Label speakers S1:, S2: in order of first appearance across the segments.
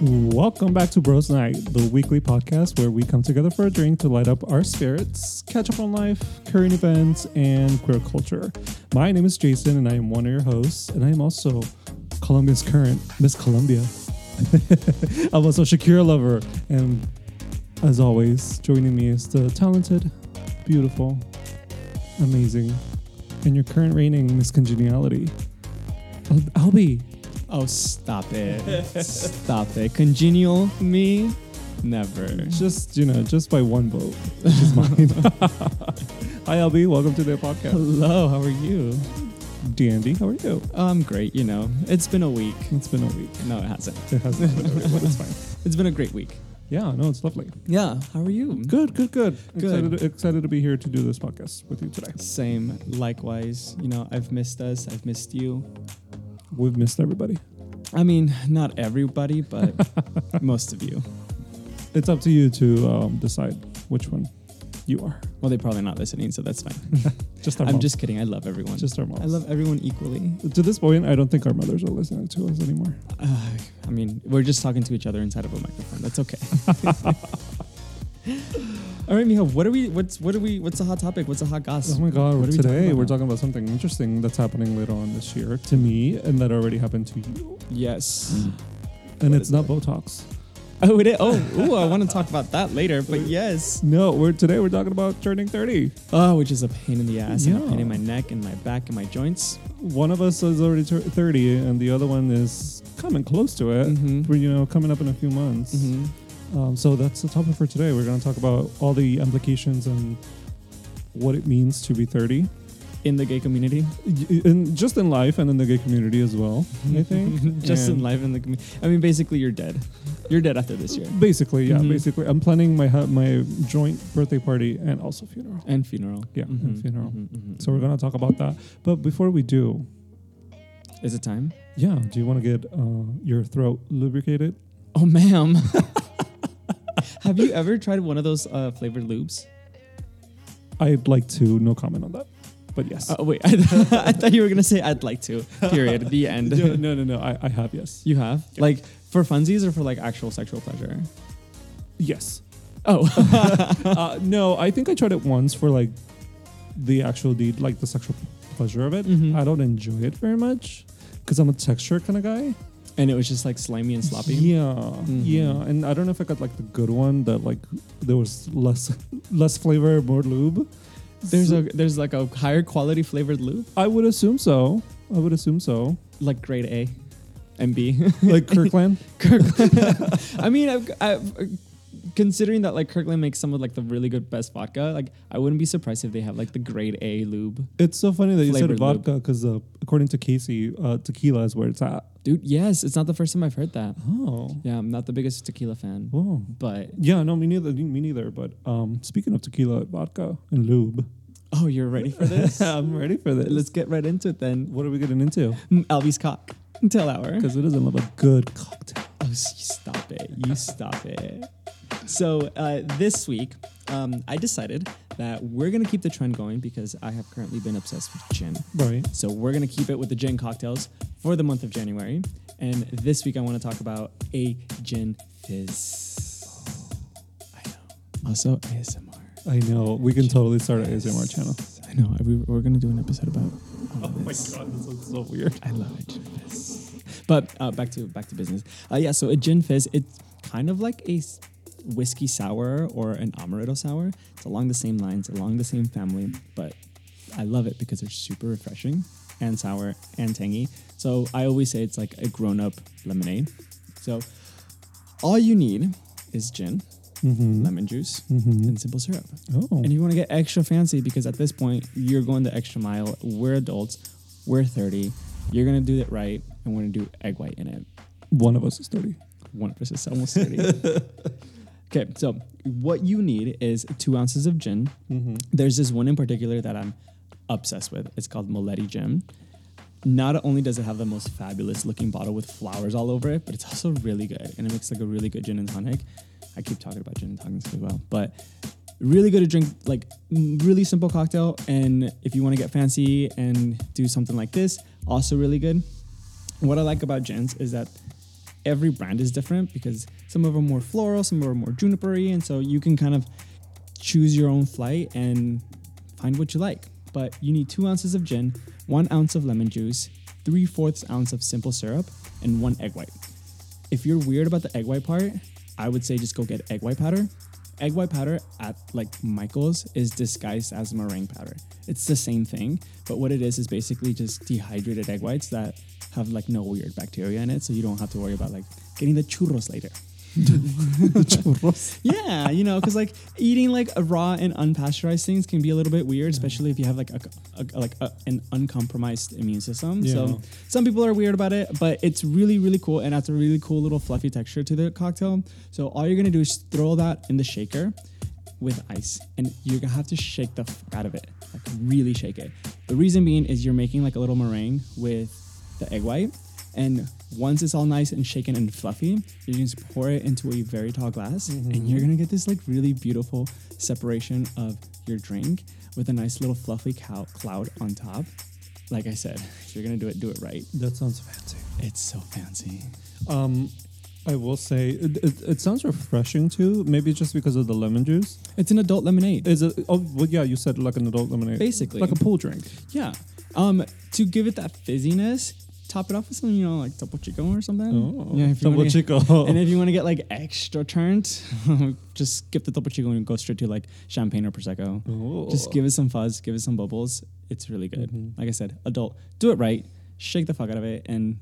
S1: Welcome back to Bros Night, the weekly podcast where we come together for a drink to light up our spirits, catch up on life, current events, and queer culture. My name is Jason, and I am one of your hosts, and I am also Columbia's current Miss Columbia. I'm also Shakira lover, and as always, joining me is the talented, beautiful, amazing, and your current reigning Miss Congeniality, Al- Albie.
S2: Oh, stop it. stop it. Congenial me? Never.
S1: Just you know, just by one vote, which is mine. Hi, LB. Welcome to the podcast.
S2: Hello, how are you?
S1: Dandy, how are you?
S2: Oh, I'm great, you know. It's been a week.
S1: It's been a week.
S2: No, it hasn't.
S1: It hasn't been a week, but it's fine.
S2: It's been a great week.
S1: Yeah, no, it's lovely.
S2: Yeah, how are you?
S1: Good, good, good.
S2: Mm-hmm. Good.
S1: Excited, excited to be here to do this podcast with you today.
S2: Same, likewise. You know, I've missed us, I've missed you.
S1: We've missed everybody.
S2: I mean, not everybody, but most of you.
S1: It's up to you to um, decide which one you are.
S2: Well, they're probably not listening, so that's fine.
S1: Just our
S2: I'm
S1: moms.
S2: just kidding. I love everyone.
S1: just our moms.
S2: I love everyone equally.
S1: To this point, I don't think our mothers are listening to us anymore.
S2: Uh, I mean, we're just talking to each other inside of a microphone. That's okay. All right, Mijo, what are we? What's what are we? What's the hot topic? What's the hot goss?
S1: Oh my God!
S2: What are we
S1: today
S2: talking
S1: we're
S2: about?
S1: talking about something interesting that's happening later on this year to me, and that already happened to you.
S2: Yes.
S1: Mm. And
S2: What
S1: it's
S2: is
S1: not
S2: it?
S1: Botox.
S2: Oh, it is. Oh, ooh, I want to talk about that later. But yes.
S1: No, we're today we're talking about turning 30.
S2: Oh, which is a pain in the ass and a pain
S1: Yeah.
S2: in my neck and my back and my joints.
S1: One of us is already tur 30 and the other one is coming close to it.
S2: Mhm.
S1: Uh, We're, you know, coming up in a few months.
S2: Mhm.
S1: Um, so that's the topic for today. We're going to talk about all the implications and what it means to be 30
S2: In the gay community,
S1: Y- in just in life and in the gay community as well, I think.
S2: just
S1: And
S2: in life in the community. I mean, basically, you're dead. You're dead after this year
S1: Basically, yeah,
S2: Mhm.
S1: basically. I'm planning my hu- my joint birthday party and also funeral.
S2: and funeral.
S1: Yeah, and funeral.
S2: mhm, mhm.
S1: So we're going to talk about that. But before we do,
S2: Is it time?
S1: Yeah. Do you want to get uh, your throat lubricated?
S2: Oh, ma'am. Have you ever tried one of those uh, flavored lubes?
S1: I'd like to. No comment on that. But yes.
S2: Uh, wait, I, I thought you were gonna say I'd like to. Period. The end.
S1: no, no, no, no. I, I have yes.
S2: You have
S1: Yeah.
S2: like for funsies or for like actual sexual pleasure?
S1: Yes.
S2: Oh,
S1: uh, no, I think I tried it once for like the actual deed, like the sexual pleasure of it.
S2: Mhm.
S1: I don't enjoy it very much because I'm a texture kind of guy.
S2: and it was just like slimy and sloppy.
S1: Yeah,
S2: Mhm.
S1: yeah. And I don't know if I got like the good one that like there was less less flavor, more lube.
S2: There's
S1: So-
S2: a there's like a higher quality flavored lube,
S1: I would assume so. I would assume so.
S2: like grade A and B.
S1: Like Kirkland.
S2: Kirkland. I mean, I've, I've, considering that like Kirkland makes some of like the really good best vodka, like I wouldn't be surprised if they have like the grade A lube.
S1: It's so funny that you said
S2: Flavored lube.
S1: vodka because uh, according to Casey, uh, tequila is where it's at.
S2: Dude, yes, it's not the first time I've heard that.
S1: Oh,
S2: Yeah, I'm not the biggest tequila fan,
S1: oh,
S2: but
S1: yeah. No, me neither. Me neither. But um, speaking of tequila, vodka, and lube,
S2: oh, you're ready for this?
S1: I'm ready for this.
S2: Let's get right into it then.
S1: what are we getting into?
S2: Mm, Alvy's cock. Tell hour.
S1: Because who doesn't love a good cocktail?
S2: Oh, s- stop it. You stop it. So, uh, this week, um, I decided that we're going to keep the trend going because I have currently been obsessed with gin.
S1: Right.
S2: So, we're going to keep it with the gin cocktails for the month of January. And this week, I want to talk about a gin fizz. I know. Also, ASMR.
S1: I know. We can totally start an ASMR channel.
S2: I know. We, we're going to do an episode about. Oh
S1: god, this is so weird.
S2: I love a gin fizz. But uh, back to back to business. Uh, yeah, so a gin fizz, it's kind of like a s- whiskey sour or an amaretto sour. It's along the same lines, along the same family, but I love it because they're super refreshing and sour and tangy. So I always say it's like a grown-up lemonade. So all you need is gin,
S1: Mm-hmm.
S2: lemon juice, and simple syrup.
S1: Oh,
S2: And if you want to get extra fancy, because at this point you're going the extra mile. We're adults. We're 30. You're gonna do it right, and we're gonna do egg white in it.
S1: one of us is thirty.
S2: One versus almost 30. okay, so what you need is two ounces of gin.
S1: Mm-hmm.
S2: There's this one in particular that I'm obsessed with. It's called Moletti Gin. Not only does it have the most fabulous looking bottle with flowers all over it, but it's also really good, and it makes like a really good gin and tonic. I keep talking about gin and tonics as well, but really good to drink like mm, really simple cocktail and if you want to get fancy and do something like this also really good what i like about gins is that every brand is different because some of them are more floral, some are more junipery, and so you can kind of choose your own flight and find what you like. But you need two ounces of gin, one ounce of lemon juice, three fourths ounce of simple syrup, and one egg white. If you're weird about the egg white part, I would say just go get egg white powder. Egg white powder at like Michael's is disguised as meringue powder. It's the same thing, but what it is is basically just dehydrated egg whites that have like no weird bacteria in it, so you don't have to worry about like getting the churros later. Yeah, you know, because like eating like a raw and unpasteurized things can be a little bit weird, especially if you have like a, a- like a, an uncompromised immune system.
S1: Yeah.
S2: So some people are weird about it, but it's really really cool and adds a really cool little fluffy texture to the cocktail. So all you're gonna do is throw that in the shaker with ice, and you're gonna have to shake the fuck out of it, like really shake it. The reason being is you're making like a little meringue with the egg white. And once it's all nice and shaken and fluffy, you're going to pour it into a very tall glass, and you're gonna get this like really beautiful separation of your drink with a nice little fluffy cow- cloud on top. Like I said, if you're gonna do it, do it right.
S1: That sounds fancy.
S2: It's so fancy.
S1: Um, I will say it, it, it sounds refreshing too. Maybe just because of the lemon juice.
S2: It's an adult lemonade.
S1: Is it? Oh, well, yeah. You said like an adult lemonade,
S2: Basically.
S1: like a pool drink.
S2: Yeah. Um, to give it that fizziness, top it off with some, you know, like topo chico or something.
S1: Oh.
S2: yeah, if you
S1: Double
S2: wanna-
S1: chico.
S2: And if you want to get like extra turned, just skip the topo chico and go straight to like champagne or prosecco.
S1: Oh.
S2: Just give it some fuzz, give it some bubbles. It's really good.
S1: Mhm.
S2: Like I said, adult, do it right. Shake the fuck out of it and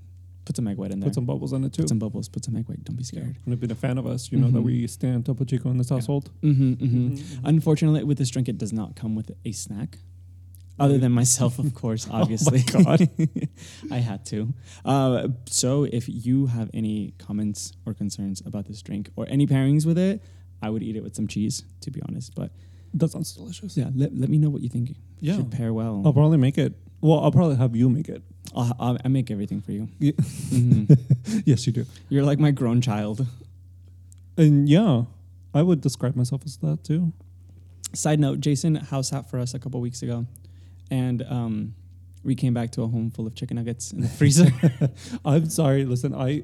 S2: put some egg white in there.
S1: Put some bubbles Mm-hmm. in it too.
S2: Put some bubbles. Put some egg white. Don't be scared.
S1: And if you've been a fan of us, you know that
S2: Mhm.
S1: we stand Topo Chico in this household.
S2: hmm hmm
S1: Mhm.
S2: Unfortunately, with this drink, it does not come with a snack. Other than myself, of course, obviously.
S1: God.
S2: I had to. Uh, so, if you have any comments or concerns about this drink or any pairings with it, I would eat it with some cheese, to be honest. But
S1: That sounds delicious.
S2: yeah, let, let me know what you think. Oh,
S1: Yeah.
S2: Should pair well.
S1: I'll probably make it. Well, I'll probably have you make it.
S2: I'll, I'll, I make everything for you.
S1: Yeah.
S2: Mhm.
S1: Yes, you do.
S2: You're like my grown child.
S1: And yeah, I would describe myself as that too.
S2: Side note: Jason house sat for us a couple weeks ago, and um, we came back to a home full of chicken nuggets in the freezer.
S1: I'm sorry. Listen, I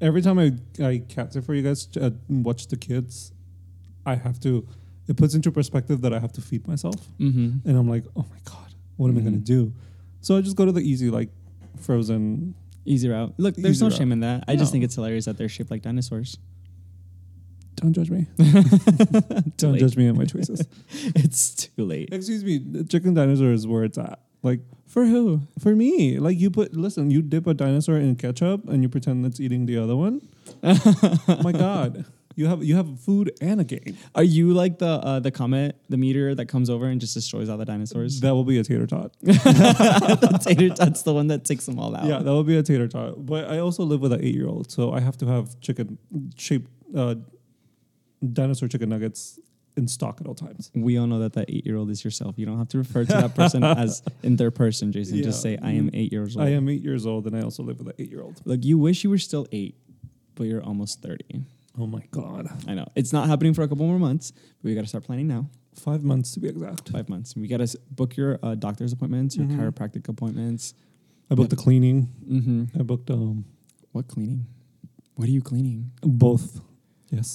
S1: every time I I cat sit for you guys uh, watch the kids, I have to. It puts into perspective that I have to feed myself,
S2: mm-hmm.
S1: and I'm like, oh my god, what am I gonna
S2: Mhm.
S1: do? So I just go to the easy like frozen.
S2: Easy route. Look, there's
S1: Easy
S2: no
S1: route.
S2: shame in that. I just
S1: No.
S2: think it's hilarious that they're shaped like dinosaurs.
S1: Don't judge me.
S2: Don't
S1: Don't judge me and my choices.
S2: It's too late.
S1: Excuse me. the Chicken dinosaur is where it's at. Like
S2: For who?
S1: for me, like you put listen, you dip a dinosaur in ketchup and you pretend it's eating the other one. my god. You have you have food and a game.
S2: Are you like the uh, the comet, the meteor that comes over and just destroys all the dinosaurs?
S1: That will be a tater tot.
S2: the tater tot's the one that takes them all out.
S1: Yeah, that would be a tater tot. But I also live with an eight year old, so I have to have chicken shaped uh, dinosaur chicken nuggets in stock at all times.
S2: We all know that that eight year old is yourself. You don't have to refer to that person as in their person, Jason. Just
S1: Yeah. Mm-hmm.
S2: say I am eight years old.
S1: I am eight years old, and I also live with an eight year old.
S2: Like you wish you were still eight, but you're almost thirty.
S1: Oh my god,
S2: I know it's not happening for a couple more months, but we got to start planning now.
S1: five months to be exact.
S2: Five months. We got to book your uh, doctor's appointments, your
S1: Mhm.
S2: chiropractic appointments.
S1: I booked the cleaning.
S2: Mm-hmm.
S1: I booked um
S2: What cleaning? What are you cleaning?
S1: both. Yes.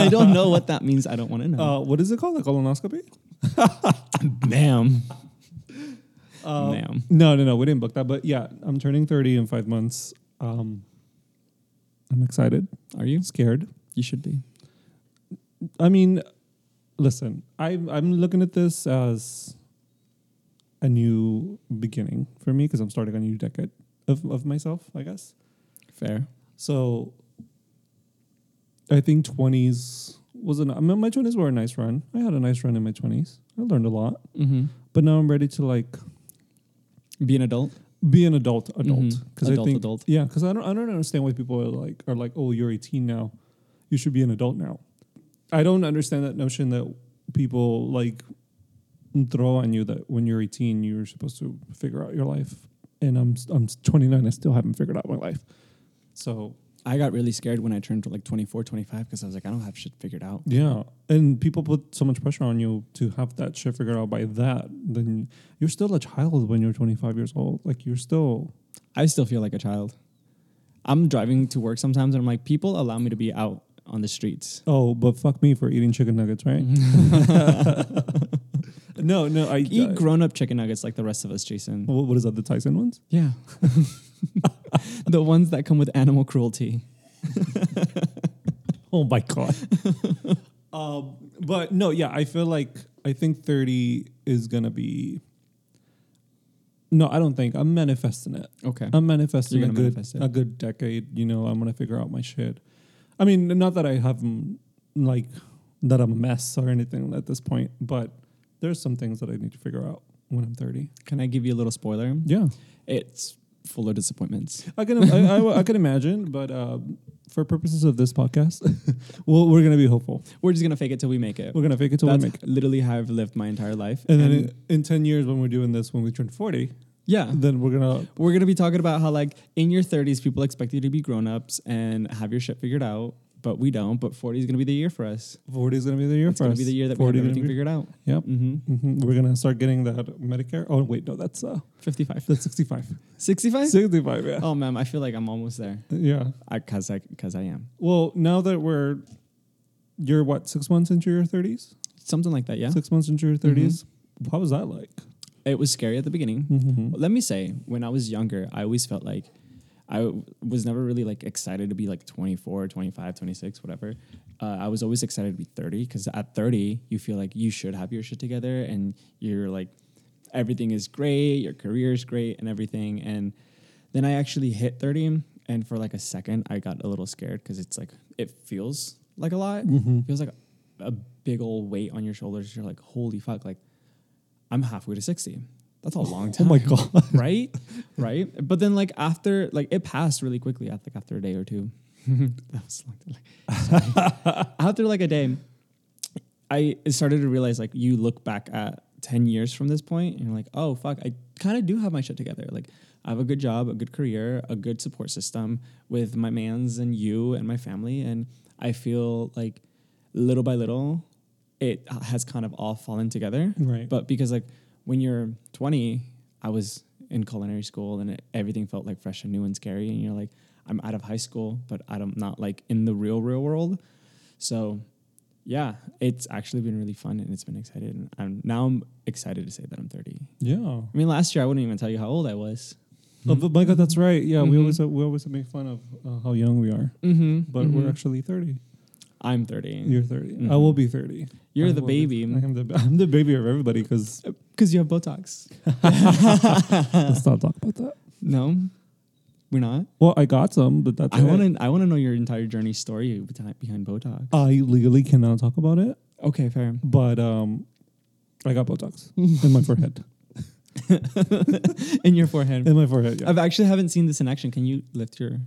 S2: I don't know what that means. I don't want to know.
S1: Uh, what is it called? A colonoscopy? Oh.
S2: Ma'am.
S1: Um,
S2: Ma'am.
S1: No, no, no. We didn't book that, but yeah, I'm turning 30 in five months. Um, I'm excited,
S2: Are you?
S1: scared.
S2: You should be.
S1: I mean, listen, I'm I'm looking at this as a new beginning for me because I'm starting a new decade of of myself, I guess.
S2: Fair.
S1: So I think 20s was an I mean, my 20s were a nice run. I had a nice run in my 20s. I learned a lot,
S2: Mm-hmm.
S1: but now I'm ready to like
S2: Be an adult.
S1: be an adult adult
S2: Mhm.
S1: because I
S2: Adult,
S1: think
S2: adult.
S1: yeah because I don't I don't understand why people are like are like oh you're 18 now you should be an adult now I don't understand that notion that people like throw on you that when you're 18 you're supposed to figure out your life and I'm I'm 29 I still haven't figured out my life so
S2: I got really scared when I turned like 24, 25 because I was like, I don't have shit figured out.
S1: yeah and people put so much pressure on you to have that shit figured out by that then you're still a child when you're 25 years old like you're still
S2: I still feel like a child. I'm driving to work sometimes, and I'm like, people allow me to be out on the streets.
S1: Oh, but fuck me for eating chicken nuggets,
S2: Mm-hmm.
S1: right? no, no, I
S2: Eat
S1: I-
S2: grown up chicken nuggets like the rest of us, Jason.
S1: Wha- what is that? The Tyson ones?
S2: Yeah. the ones that come with animal cruelty.
S1: Oh my god. um, but no, yeah, I feel like I think thirty is gonna be. No, I don't think I'm manifesting it.
S2: Okay.
S1: I'm manifesting
S2: You're
S1: a
S2: gonna
S1: good
S2: manifest it.
S1: a good decade. You know, I'm gonna figure out my shit. I mean, not that I haven't like that I'm a mess or anything at this point, but there's some things that I need to figure out when I'm 30.
S2: Can I give you a little spoiler?
S1: Yeah,
S2: It's full of disappointments.
S1: I can I, I, I can imagine, but um, for purposes of this podcast, well, we're gonna be hopeful.
S2: We're just gonna fake it till we make it.
S1: We're gonna fake it till
S2: That's
S1: we make it.
S2: literally how I've lived my entire life.
S1: And then in, in 10 years, when we're doing this, when we turn 40,
S2: yeah,
S1: then we're gonna
S2: we're gonna be talking about how like in your 30s people expect you to be grown ups and have your shit figured out, but we don't. But 40 is gonna be the year for us.
S1: 40 is gonna be the year
S2: It's
S1: for
S2: gonna
S1: us.
S2: be the year that we
S1: 40
S2: have
S1: gonna
S2: everything
S1: be-
S2: figured out.
S1: Yep.
S2: Mm-hmm.
S1: hmm We're gonna start getting that Medicare. Oh wait, no, that's uh
S2: 55,
S1: that's 65.
S2: 65.
S1: 65, yeah.
S2: Eh. Oh man, I feel like I'm almost there.
S1: Yeah.
S2: I, cause I, cause I am
S1: Well, now that we're you're what six months into your 30s,
S2: something like that. Yeah, Mm-hmm.
S1: six months into your 30s. How was that like?
S2: it was scary at the beginning.
S1: Mm-hmm.
S2: Let me say, when I was younger, I always felt like I w- was never really like excited to be like 24, 25, 26, whatever. Uh, I was always excited to be 30 because at 30, you feel like you should have your shit together and you're like, everything is great, your career is great and everything. And then I actually hit 30 and for like a second, I got a little scared because it's like, it feels like a lot. It feels like a big old weight on your shoulders. You're like, holy fuck, like I'm halfway to 60. That's a long
S1: Oh
S2: time
S1: my god.
S2: right right but then like after like it passed really quickly after, like after a day or two that was like, sorry. after like a day i started to realize like you look back at 10 years from this point and you're like oh fuck i kind of do have my shit together like i have a good job a good career a good support system with my mans and you and my family and i feel like little by little it has kind of all fallen together
S1: Right.
S2: but because like when you're 20 i was in culinary school and it, everything felt like fresh and new and scary and you're like i'm out of high school but i'm not like in the real real world so yeah it's actually been really fun and it's been excited and i'm now i'm excited to say that i'm 30
S1: Yeah.
S2: i mean last year i wouldn't even tell you how old i was
S1: Oh,
S2: Mm-hmm.
S1: but my god, that's right. Yeah, we
S2: Mhm.
S1: always we always make fun of uh, how young we are,
S2: mm-hmm,
S1: but we're actually 30.
S2: i'm 30
S1: You're 30. I
S2: Mhm.
S1: will be 30.
S2: You're
S1: I
S2: the
S1: will be-
S2: baby.
S1: I am the ba- I'm the baby of everybody because
S2: because you have botox
S1: let's not talk about that.
S2: no we're not
S1: Well, I got some, but that's
S2: i
S1: it.
S2: want to i want to know your entire journey story behind behind botox
S1: I legally cannot talk about it,
S2: okay fair
S1: but um, I got Botox in my forehead.
S2: in your forehead
S1: In my forehead, yeah.
S2: I've actually haven't seen this in action. Can you lift your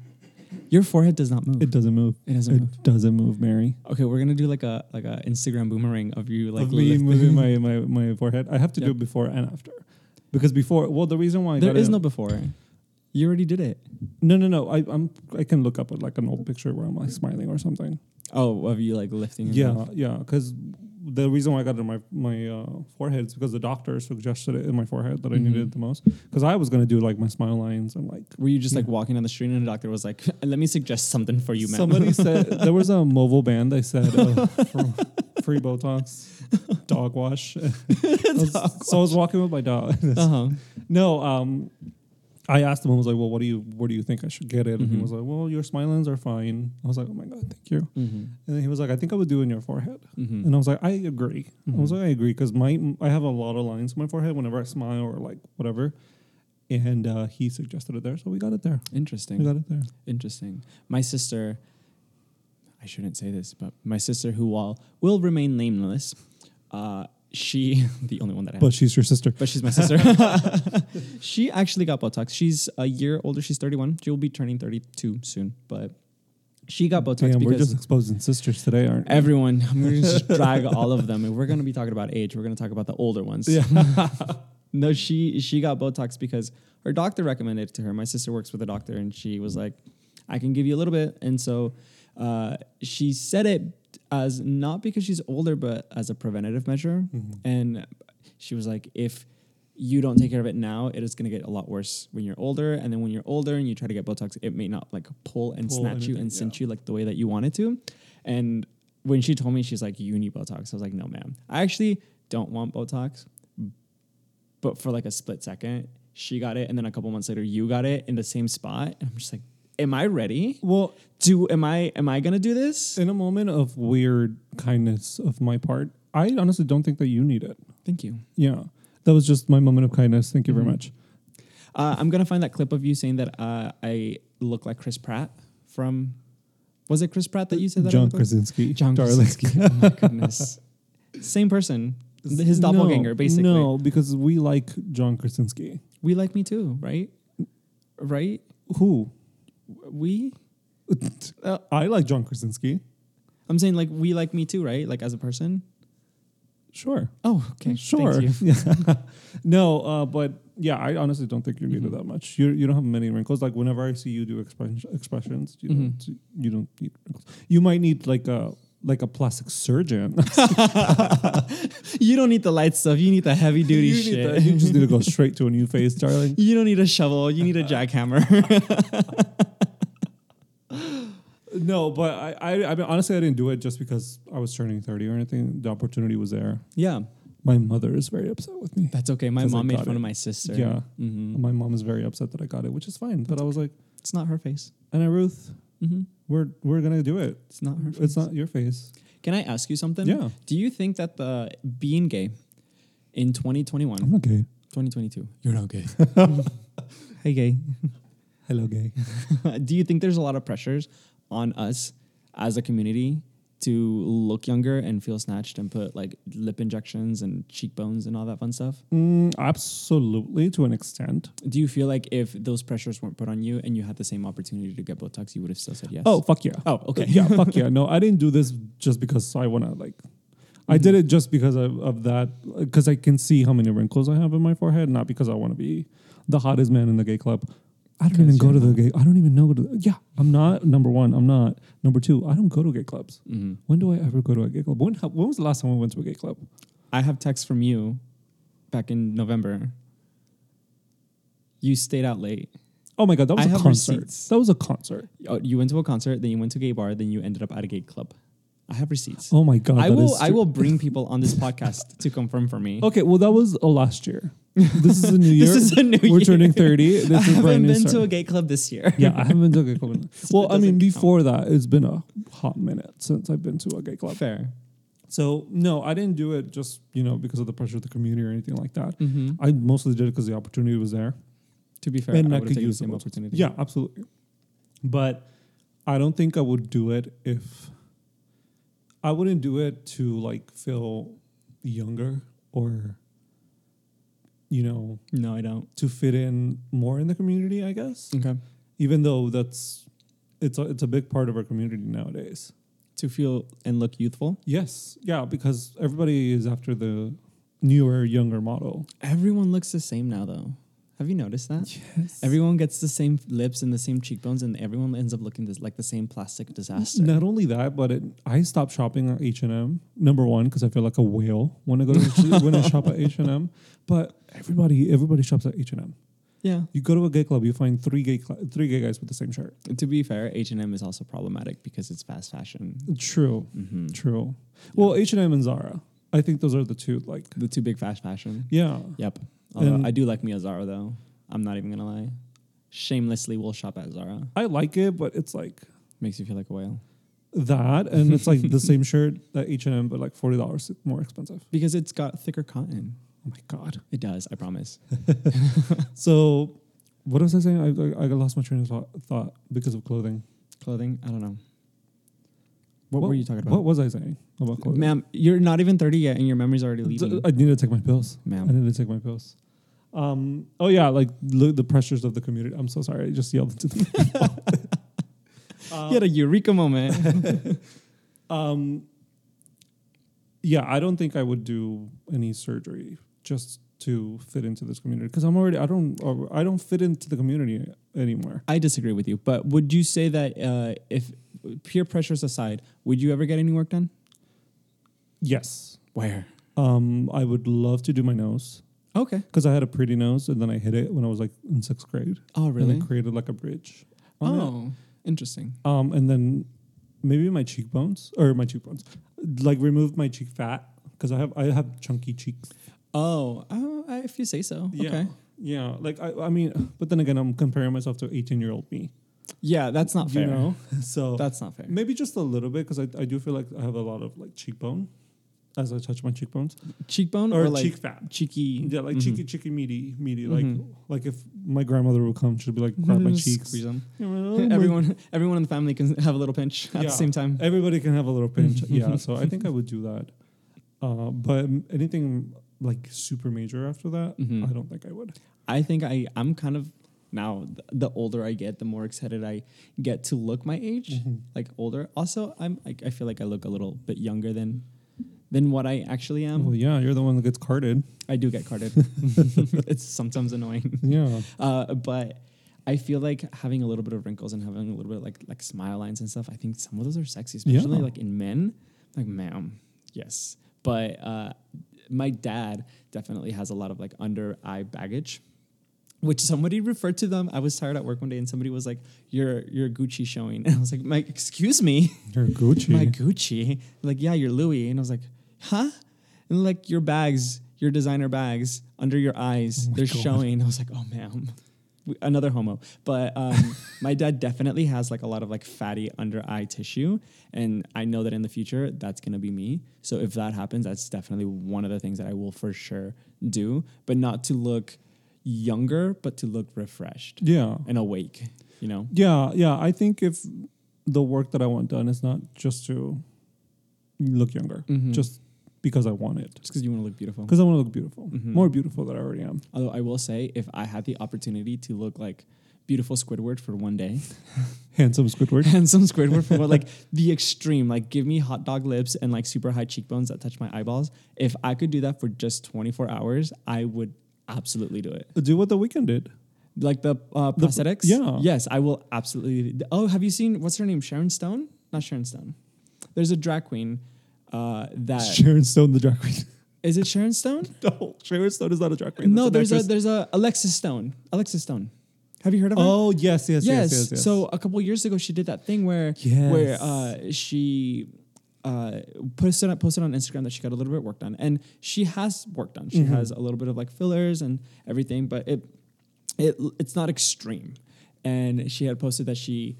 S2: your forehead does not move.
S1: It doesn't move.
S2: It doesn't
S1: It
S2: move.
S1: doesn't move, Mary.
S2: Okay, we're gonna do like a like a Instagram boomerang of you like
S1: of me
S2: lift-
S1: moving my, my, my forehead. I have to do
S2: Yep.
S1: it before and after. Because before, well, the reason why I
S2: there
S1: got
S2: is
S1: it-
S2: no before. You already did it.
S1: no, no, no. I I'm I can look up at like an old picture where I'm like smiling or something.
S2: Oh, of you like lifting? your
S1: Yeah,
S2: mouth.
S1: yeah. Because the reason why I got it in my my uh, forehead is because the doctor suggested it in my forehead that I needed
S2: Mhm.
S1: it the most. Because I was gonna do like my smile lines and like
S2: Were you just like walking down the street and the doctor was like, "Let me suggest something for you, man."
S1: Somebody said there was a mobile band. They said uh, for- free Botox, dog wash. I was- So I was walking with my dog.
S2: uh huh.
S1: no, um, I asked him. I was like, "Well, what do you where do you think I should get it?" And he
S2: Mhm.
S1: was like, "Well, your smile lines are fine." I was like, "Oh my god, thank you."
S2: Mm-hmm.
S1: And then he was like, "I think I would do in your forehead."
S2: Mm-hmm.
S1: And I was like, "I agree." I was
S2: Mhm.
S1: like, "I agree," because my I have a lot of lines in my forehead whenever I smile or like whatever. And uh, he suggested it there, so we got it there. We
S2: Interesting.
S1: got it there.
S2: Interesting. My sister, I shouldn't say this, but my sister, who will will remain nameless, uh, she the only one that I have
S1: But she's your sister.
S2: but she's my sister. she actually got Botox. She's a year older. She's 31. She will be turning 32 soon, but she got Botox
S1: Damn, we're
S2: because
S1: just exposing sisters today, aren't we?
S2: everyone, I'm going to just drag all of them. And we're going to be talking about age. We're going to talk about the older ones. no, she she got Botox because her doctor recommended it to her. My sister works with a doctor, and she was like, "I can give you a little bit." And so uh, she said it as
S1: Mm-hmm.
S2: not because she's older, but as a preventative measure. And she was like, "If you don't take care of it now, it is going to get a lot worse when you're older. And then when you're older and you try to get Botox, it may not like pull and
S1: Pull
S2: snatch you
S1: anything,
S2: and cinch
S1: yeah.
S2: you like the way that you want it to. And when she told me, she's like, you need Botox. I was like, no, ma'am. I actually don't want Botox. But for like a split second, she got it. And then a couple months later, you got it in the same spot. And I'm just like, am I ready?
S1: Well,
S2: Do, am I, am I going to do this?
S1: in a moment of weird kindness of my part, I honestly don't think that you need it.
S2: Thank you.
S1: Yeah. That was just my moment of kindness. Thank
S2: Mm-hmm.
S1: you very much.
S2: Uh, I'm gonna find that clip of you saying that uh, I look like Chris Pratt from. Was it Chris Pratt that you said that?
S1: John
S2: I look like?
S1: Krasinski.
S2: John
S1: darling.
S2: Krasinski. Oh my goodness. Same person. His
S1: No,
S2: doppelganger, basically.
S1: No, because we like John Krasinski.
S2: We like me too, right? Right?
S1: Who?
S2: We. Uh,
S1: I like John Krasinski.
S2: I'm saying like we like me too, right? Like as a person.
S1: Sure.
S2: Oh, okay.
S1: Sure.
S2: Thank you.
S1: Yeah. no, uh, but yeah, I honestly don't think you need
S2: Mm-hmm.
S1: it that much. You you don't have many wrinkles. Like whenever I see you do expression, expressions, you
S2: Mm-hmm.
S1: don't you don't need wrinkles. You might need like a like a plastic surgeon.
S2: You don't need the light stuff. You need the heavy duty
S1: you,
S2: shit.
S1: need that. you just need to go straight to a new face, darling.
S2: You don't need a shovel. You need a jackhammer.
S1: No, but I, I, I mean, honestly, I didn't do it just because I was turning 30 or anything. The opportunity was there.
S2: yeah,
S1: My mother is very upset with me.
S2: that's okay. My
S1: 'Cause I
S2: mom made
S1: got
S2: fun
S1: it.
S2: of my sister.
S1: Yeah.
S2: hmm
S1: My mom is very upset that I got it, which is fine. But I was like,
S2: It's not her face.
S1: Anna Ruth,
S2: Mm-hmm.
S1: we're, we're going to do it.
S2: It's not her.
S1: It's not your face.
S2: Can I ask you something?
S1: Yeah.
S2: Do you think that the being gay in 2021,
S1: I'm not gay.
S2: 2022, you're not gay. hey, gay.
S1: Hello, gay.
S2: Do you think there's a lot of pressures on us as a community to look younger and feel snatched and put like lip injections and cheekbones and all that fun stuff?
S1: Mm, absolutely, to an extent.
S2: Do you feel like if those pressures weren't put on you and you had the same opportunity to get Botox, you would have still said yes?
S1: Oh, fuck yeah.
S2: Oh, okay.
S1: yeah, fuck yeah. No, I didn't do this just because I want to, like, I
S2: Mm-hmm.
S1: did it just because of, of that, because I can see how many wrinkles I have in my forehead, not because I want to be the hottest man in the gay club. I don't
S2: 'Cause
S1: even go to
S2: you're
S1: the gay. I don't even know. To the, yeah, I'm not number one. I'm not number two. I don't go to gay clubs.
S2: Mhm.
S1: When do I ever go to a gay club? When, ha- when was the last time I went to a gay club?
S2: I have text from you back in November. You stayed out late.
S1: Oh my god, that was
S2: I
S1: a
S2: have
S1: concert.
S2: receipts.
S1: That was a concert.
S2: Oh, you went to a concert, then you went to a gay bar, then you ended up at a gay club. I have receipts.
S1: Oh my god,
S2: I
S1: that
S2: will
S1: is
S2: I
S1: true.
S2: will bring people on this podcast to confirm for me.
S1: Okay, well that was uh, last year. This is a new year.
S2: This is a new
S1: We're
S2: year.
S1: turning thirty. This
S2: I
S1: is brand
S2: haven't
S1: new.
S2: been to
S1: start.
S2: a gay club this year.
S1: yeah, I haven't been to a gay club. in-
S2: So
S1: well,
S2: it
S1: I mean,
S2: doesn't count.
S1: before that, it's been a hot minute since I've been to a gay club.
S2: Fair.
S1: So no, I didn't do it just you know because of the pressure of the community or anything like that.
S2: hmm
S1: I mostly did it because the opportunity was there.
S2: To be fair,
S1: And
S2: I
S1: I
S2: would
S1: could
S2: have taken the
S1: use the
S2: same
S1: most-
S2: opportunity.
S1: Yeah, absolutely. But I don't think I would do it if I wouldn't do it to like feel younger or you know
S2: No, I don't.
S1: to fit in more in the community. I guess
S2: Okay.
S1: even though that's it's a, it's a big part of our community nowadays.
S2: To feel and look youthful.
S1: Yes, yeah, because everybody is after the newer, younger model.
S2: Everyone looks the same now though. Have you noticed that?
S1: Yes,
S2: Everyone gets the same lips and the same cheekbones, and everyone ends up looking this, like the same plastic disaster.
S1: Not only that, but it, I stopped shopping at H and M. Number one, because I feel like a whale when I go to when I shop at H and M. But everybody, everybody shops at H and M.
S2: Yeah.
S1: You go to a gay club, you find three gay cl- three gay guys with the same shirt.
S2: To be fair, H and M is also problematic because it's fast fashion.
S1: True,
S2: hmm
S1: true. Well, H and M and Zara, I think those are the two. Like,
S2: The two big fast fashion.
S1: yeah,
S2: Yep. Although
S1: And-
S2: I do like me a Zara though. I'm not even gonna lie. Shamelessly, will shop at Zara.
S1: I like it, but it's like
S2: Makes you feel like a whale
S1: that, and it's like the same shirt at H and M, but like forty dollars more expensive.
S2: because it's got thicker cotton.
S1: Oh my god.
S2: It does. I promise.
S1: So, what was I saying? I, I, I lost my train of thought, thought because of clothing.
S2: Clothing. I don't know. What, were you talking
S1: What
S2: about,
S1: was I saying about clothing?
S2: ma'am? You're not even 30 yet, and your memory's already leaving,
S1: I need to take my pills. I
S2: ma'am.
S1: need to take my pills. Um, oh yeah, like lo- the pressures of the community. I'm so sorry. I just yelled into the.
S2: you had a eureka moment.
S1: Um, yeah, I don't think I would do any surgery just to fit into this community because I'm already. I don't. I don't fit into the community anymore.
S2: I disagree with you, but would you say that uh, if peer pressures aside, would you ever get any work done?
S1: Yes.
S2: Where?
S1: Um, I would love to do my nose.
S2: Okay.
S1: because I had a pretty nose and then I hit it when I was like in sixth grade.
S2: Oh,
S1: And
S2: really?
S1: it created like a bridge. on it.
S2: Oh, interesting.
S1: Um, and then maybe my cheekbones or my cheekbones, like removed my cheek fat because I have I have chunky cheeks.
S2: Oh, oh, I- if you say so.
S1: Yeah.
S2: Okay.
S1: Yeah, like I, I mean, but then again, I'm comparing myself to 18 year old me,
S2: Yeah, that's not
S1: you
S2: Ah, fair.
S1: know. So
S2: That's not fair.
S1: maybe just a little bit because I, I do feel like I have a lot of like cheekbone as I touch my cheekbones
S2: Cheekbone
S1: or,
S2: Mm-hmm. or, like
S1: cheek fat.
S2: cheeky.
S1: Yeah, like
S2: Mhm.
S1: cheeky, cheeky, meaty, meaty.
S2: Mhm.
S1: Like like if my grandmother would come, she'd be like, grab my cheeks.
S2: mm, Squeeze 'em.
S1: You know, like,
S2: everyone, everyone in the family can have a little pinch at
S1: Yeah.
S2: the same time.
S1: Everybody can have a little pinch. yeah, so I think I would do that. Uh, but m- anything like super major after that,
S2: Mhm.
S1: I don't think I would.
S2: I think I, I'm kind of now. th- The older I get, the more excited I get to look my age,
S1: Mm-hmm.
S2: like older. Also, I'm, I, I feel like I look a little bit younger than, than what I actually am.
S1: well, yeah, you're the one that gets carded.
S2: I do get carded. it's sometimes annoying.
S1: Yeah.
S2: Uh, but I feel like having a little bit of wrinkles and having a little bit like like smile lines and stuff. I think some of those are sexy, especially
S1: Yeah.
S2: like in men. Like, ma'am, yes. But uh, my dad definitely has a lot of like under eye baggage, which somebody referred to them. I was tired at work one day and somebody was like, "Your your Gucci showing," and I was like, "My excuse me."
S1: You're Gucci.
S2: my Gucci. Like, yeah, you're Louis. And I was like, huh? And like your bags, your designer bags under your eyes, they're showing. I was like, oh, ma'am. We- Another homo, but um, my dad definitely has like a lot of like fatty under eye tissue, and I know that in the future that's gonna be me. So if that happens, that's definitely one of the things that I will for sure do, but not to look younger, but to look refreshed
S1: yeah.
S2: and awake. You know?
S1: Yeah, yeah. I think if the work that I want done is not just to look younger,
S2: Mhm.
S1: just because I want it,
S2: Just because you want to look beautiful.
S1: because I want to look beautiful,
S2: Mhm.
S1: more beautiful than I already am.
S2: Although I will say, if I had the opportunity to look like beautiful Squidward for one day,
S1: Handsome Squidward.
S2: handsome Squidward for one, like the extreme, like give me hot dog lips and like super high cheekbones that touch my eyeballs. If I could do that for just 24 hours, I would absolutely do it.
S1: Do what the weekend did.
S2: Like the uh,
S1: The-
S2: prosthetics?
S1: yeah.
S2: Yes, I will absolutely. Oh, have you seen, what's her name? Sharon Stone? Not Sharon Stone. There's a drag queen uh, that,
S1: Sharon Stone, the drag queen.
S2: is it Sharon Stone?
S1: no, Sharon Stone is not a drag queen.
S2: No,
S1: That's
S2: there's
S1: an
S2: a,
S1: actress.
S2: there's a Alexis Stone. Alexis Stone. Have you heard of her?
S1: oh yes, yes, yes, yes. yes,
S2: So a couple years ago, she did that thing where
S1: Yes.
S2: where uh, she uh, posted on, posted on Instagram that she got a little bit of work done, and she has work done. She
S1: Mhm.
S2: has a little bit of like fillers and everything, but it it it's not extreme. And she had posted that she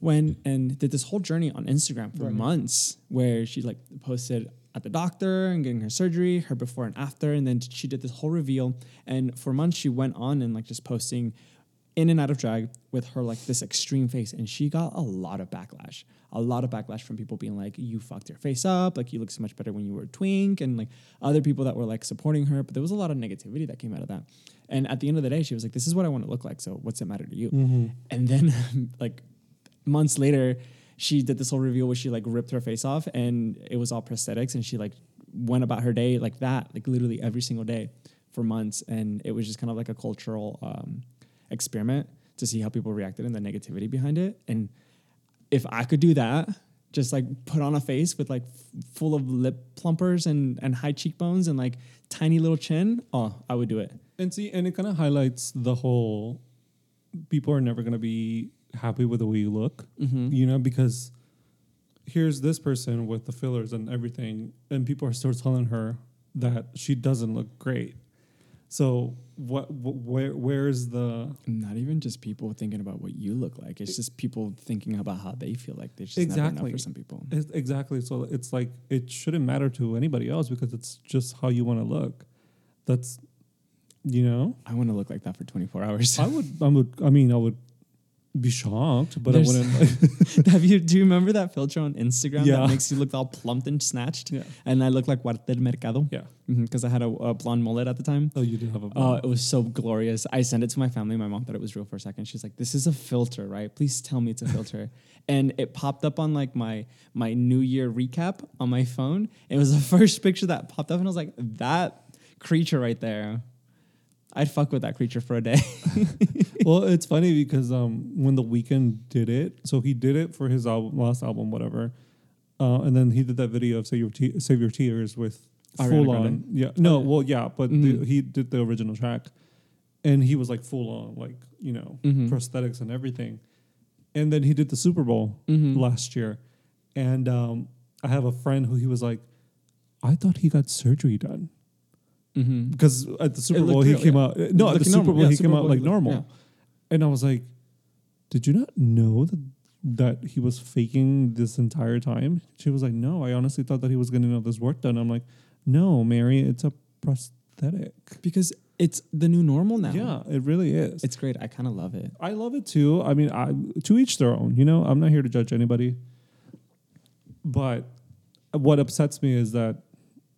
S2: went and did this whole journey on Instagram for months, where she like posted at the doctor and getting her surgery, her before and after, and then she did this whole reveal. And for months, she went on and like just posting in and out of drag with her like this extreme face and she got a lot of backlash a lot of backlash from people being like you fucked your face up like you look so much better when you were a twink and like other people that were like supporting her but there was a lot of negativity that came out of that and at the end of the day she was like this is what i want to look like so what's it matter to you
S1: Mm-hmm.
S2: and then like months later she did this whole reveal where she like ripped her face off and it was all prosthetics and she like went about her day like that like literally every single day for months and it was just kind of like a cultural um, experiment to see how people reacted and the negativity behind it and if i could do that just like put on a face with like f- full of lip plumpers and and high cheekbones and like tiny little chin oh i would do it
S1: And see, and it kind of highlights the whole people are never going to be happy with the way you look,
S2: Mm-hmm.
S1: you know, because here's this person with the fillers and everything, and people are still telling her that she doesn't look great. So, what, wh- where, where's the
S2: not even just people thinking about what you look like. It's just people thinking about how they feel like. There's just never
S1: Exactly.
S2: enough for some people.
S1: it's exactly? So, it's like it shouldn't matter to anybody else because it's just how you want to look. That's, you know,
S2: I want to look like that for 24 hours.
S1: I would, I would, I mean, I would be shocked, but
S2: There's-
S1: I wouldn't. Like,
S2: Have you? Do you remember that filter on Instagram
S1: Yeah.
S2: that makes you look all plumped and snatched?
S1: Yeah.
S2: And I look like Huertel Mercado
S1: yeah.
S2: because I had a, a blonde mullet at the time.
S1: Oh, you do have a
S2: Oh,
S1: blonde.
S2: it was so glorious. I sent it to my family. My mom thought it was real for a second. She's like, "This is a filter, right? Please tell me it's a filter." and it popped up on like my my New Year recap on my phone. It was the first picture that popped up, and I was like, "That creature right there, I'd fuck with that creature for a day."
S1: well, it's funny because um, when the weekend did it, so he did it for his album, last album, whatever, uh, and then he did that video of "Save Your Te- Save Your Tears" with
S2: Ariana
S1: full
S2: Grande?
S1: on. Yeah. No. Well, yeah, but the,
S2: Mhm.
S1: he did the original track, and he was like full on, like you know,
S2: Mhm.
S1: prosthetics and everything. And then he did the Super Bowl
S2: Mhm.
S1: last year, and um, I have a friend who he was like, I thought he got surgery done
S2: Mm-hmm.
S1: because at the Super
S2: looked
S1: Bowl he
S2: real,
S1: came
S2: yeah.
S1: out. No, at the
S2: Looking
S1: Super
S2: normal.
S1: Bowl
S2: Yeah,
S1: he
S2: Super
S1: came
S2: Bowl
S1: out like
S2: look-
S1: normal, and I was like, "Did you not know that that he was faking this entire time?" She was like, "No, I honestly thought that he was getting all this work done." I'm like, "No, Mary, it's a prosthetic.
S2: Because it's the new normal now.
S1: Yeah, it really is.
S2: It's great. I kind of love it.
S1: I love it too. I mean, I, to each their own. You know, I'm not here to judge anybody. But what upsets me is that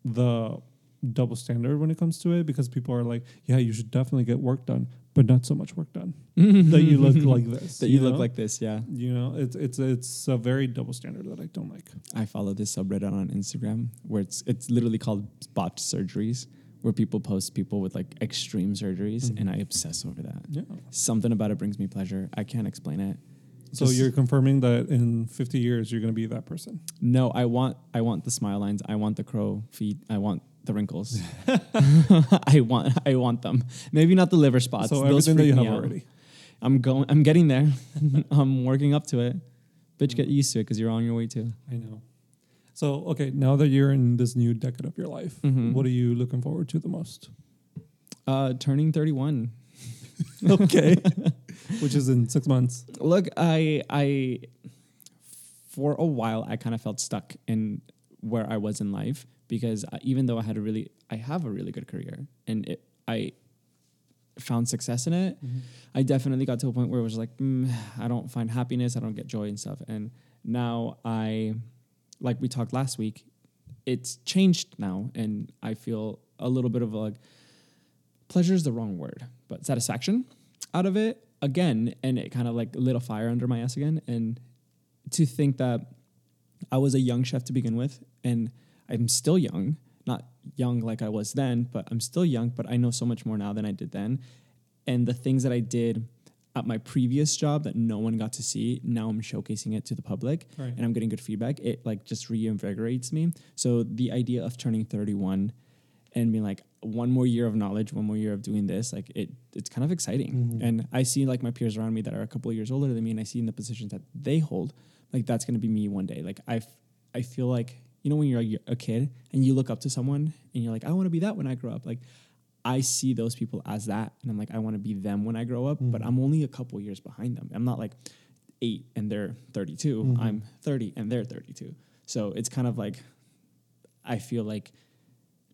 S1: the double standard when it comes to it, because people are like, "Yeah, you should definitely get work done, but not so much work done that you look like this.
S2: That you,
S1: know?
S2: look like this, yeah.
S1: You know, it's it's it's a very double standard that I don't like.
S2: I follow this subreddit on Instagram where it's it's literally called botched surgeries, where people post people with like extreme surgeries,
S1: Mm-hmm.
S2: and I obsess over that.
S1: Yeah.
S2: Something about it brings me pleasure. I can't explain it.
S1: So
S2: Just-
S1: you're confirming that in 50 years you're going to be that person.
S2: No, I want I want the smile lines. I want the crow feet. I want the wrinkles. I want I want them. Maybe not the liver spots.
S1: so
S2: Those
S1: everything that you
S2: freak
S1: have
S2: me out.
S1: already.
S2: I'm going. I'm getting there. I'm working up to it. Bitch,
S1: Mm.
S2: get used to it because you're on your way too.
S1: I know. So okay, now that you're in this new decade of your life,
S2: Mhm.
S1: what are you looking forward to the most?
S2: Uh, turning 31.
S1: okay, which is in six months.
S2: Look, I I for a while I kind of felt stuck in where I was in life because I, even though I had a really I have a really good career and it, I found success in it, I definitely got to a point where it was like mm, I don't find happiness, I don't get joy and stuff. And now I like we talked last week, it's changed now and I feel a little bit of like pleasure is the wrong word, but satisfaction out of it again. And it kind of like lit a fire under my ass again. And to think that I was a young chef to begin with, and I'm still young, not young like I was then, but I'm still young, but I know so much more now than I did then. And the things that I did at my previous job that no one got to see, now I'm showcasing it to the public
S1: Right.
S2: and I'm getting good feedback. It like just reinvigorates me. So the idea of turning 31 and being like one more year of knowledge, one more year of doing this, like it it's kind of exciting. And I see like my peers around me that are a couple of years older than me and I see in the positions that they hold, like that's going to be me one day. Like I f- I feel like you know when you're a, a kid and you look up to someone and you're like I want to be that when I grow up. Like I see those people as that and I'm like I want to be them when I grow up, but I'm only a couple years behind them. I'm not like 8 and they're 32. I'm 30 and they're 32. So it's kind of like I feel like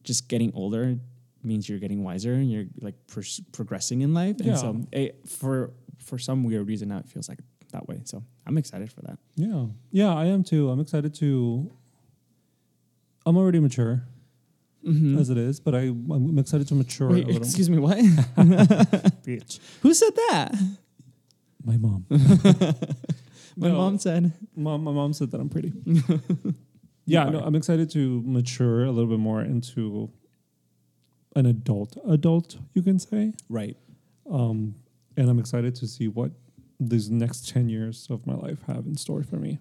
S2: just getting older means you're getting wiser and you're like pers- progressing in life.
S1: Yeah.
S2: And so it, for for some weird reason now it feels like that way. So I'm excited for that.
S1: Yeah, yeah, I am too. I'm excited to. I'm already mature as it is, but I I'm excited to mature
S2: Mm-hmm. Wait,
S1: a little.
S2: excuse me, what?
S1: bitch.
S2: Who said that?
S1: My mom.
S2: My
S1: No.
S2: mom said.
S1: Mom, my mom said that I'm pretty. yeah, no, I'm excited to mature a little bit more into an adult, adult, you can say.
S2: Right.
S1: Um, and I'm excited to see what these next 10 years of my life have in store for me.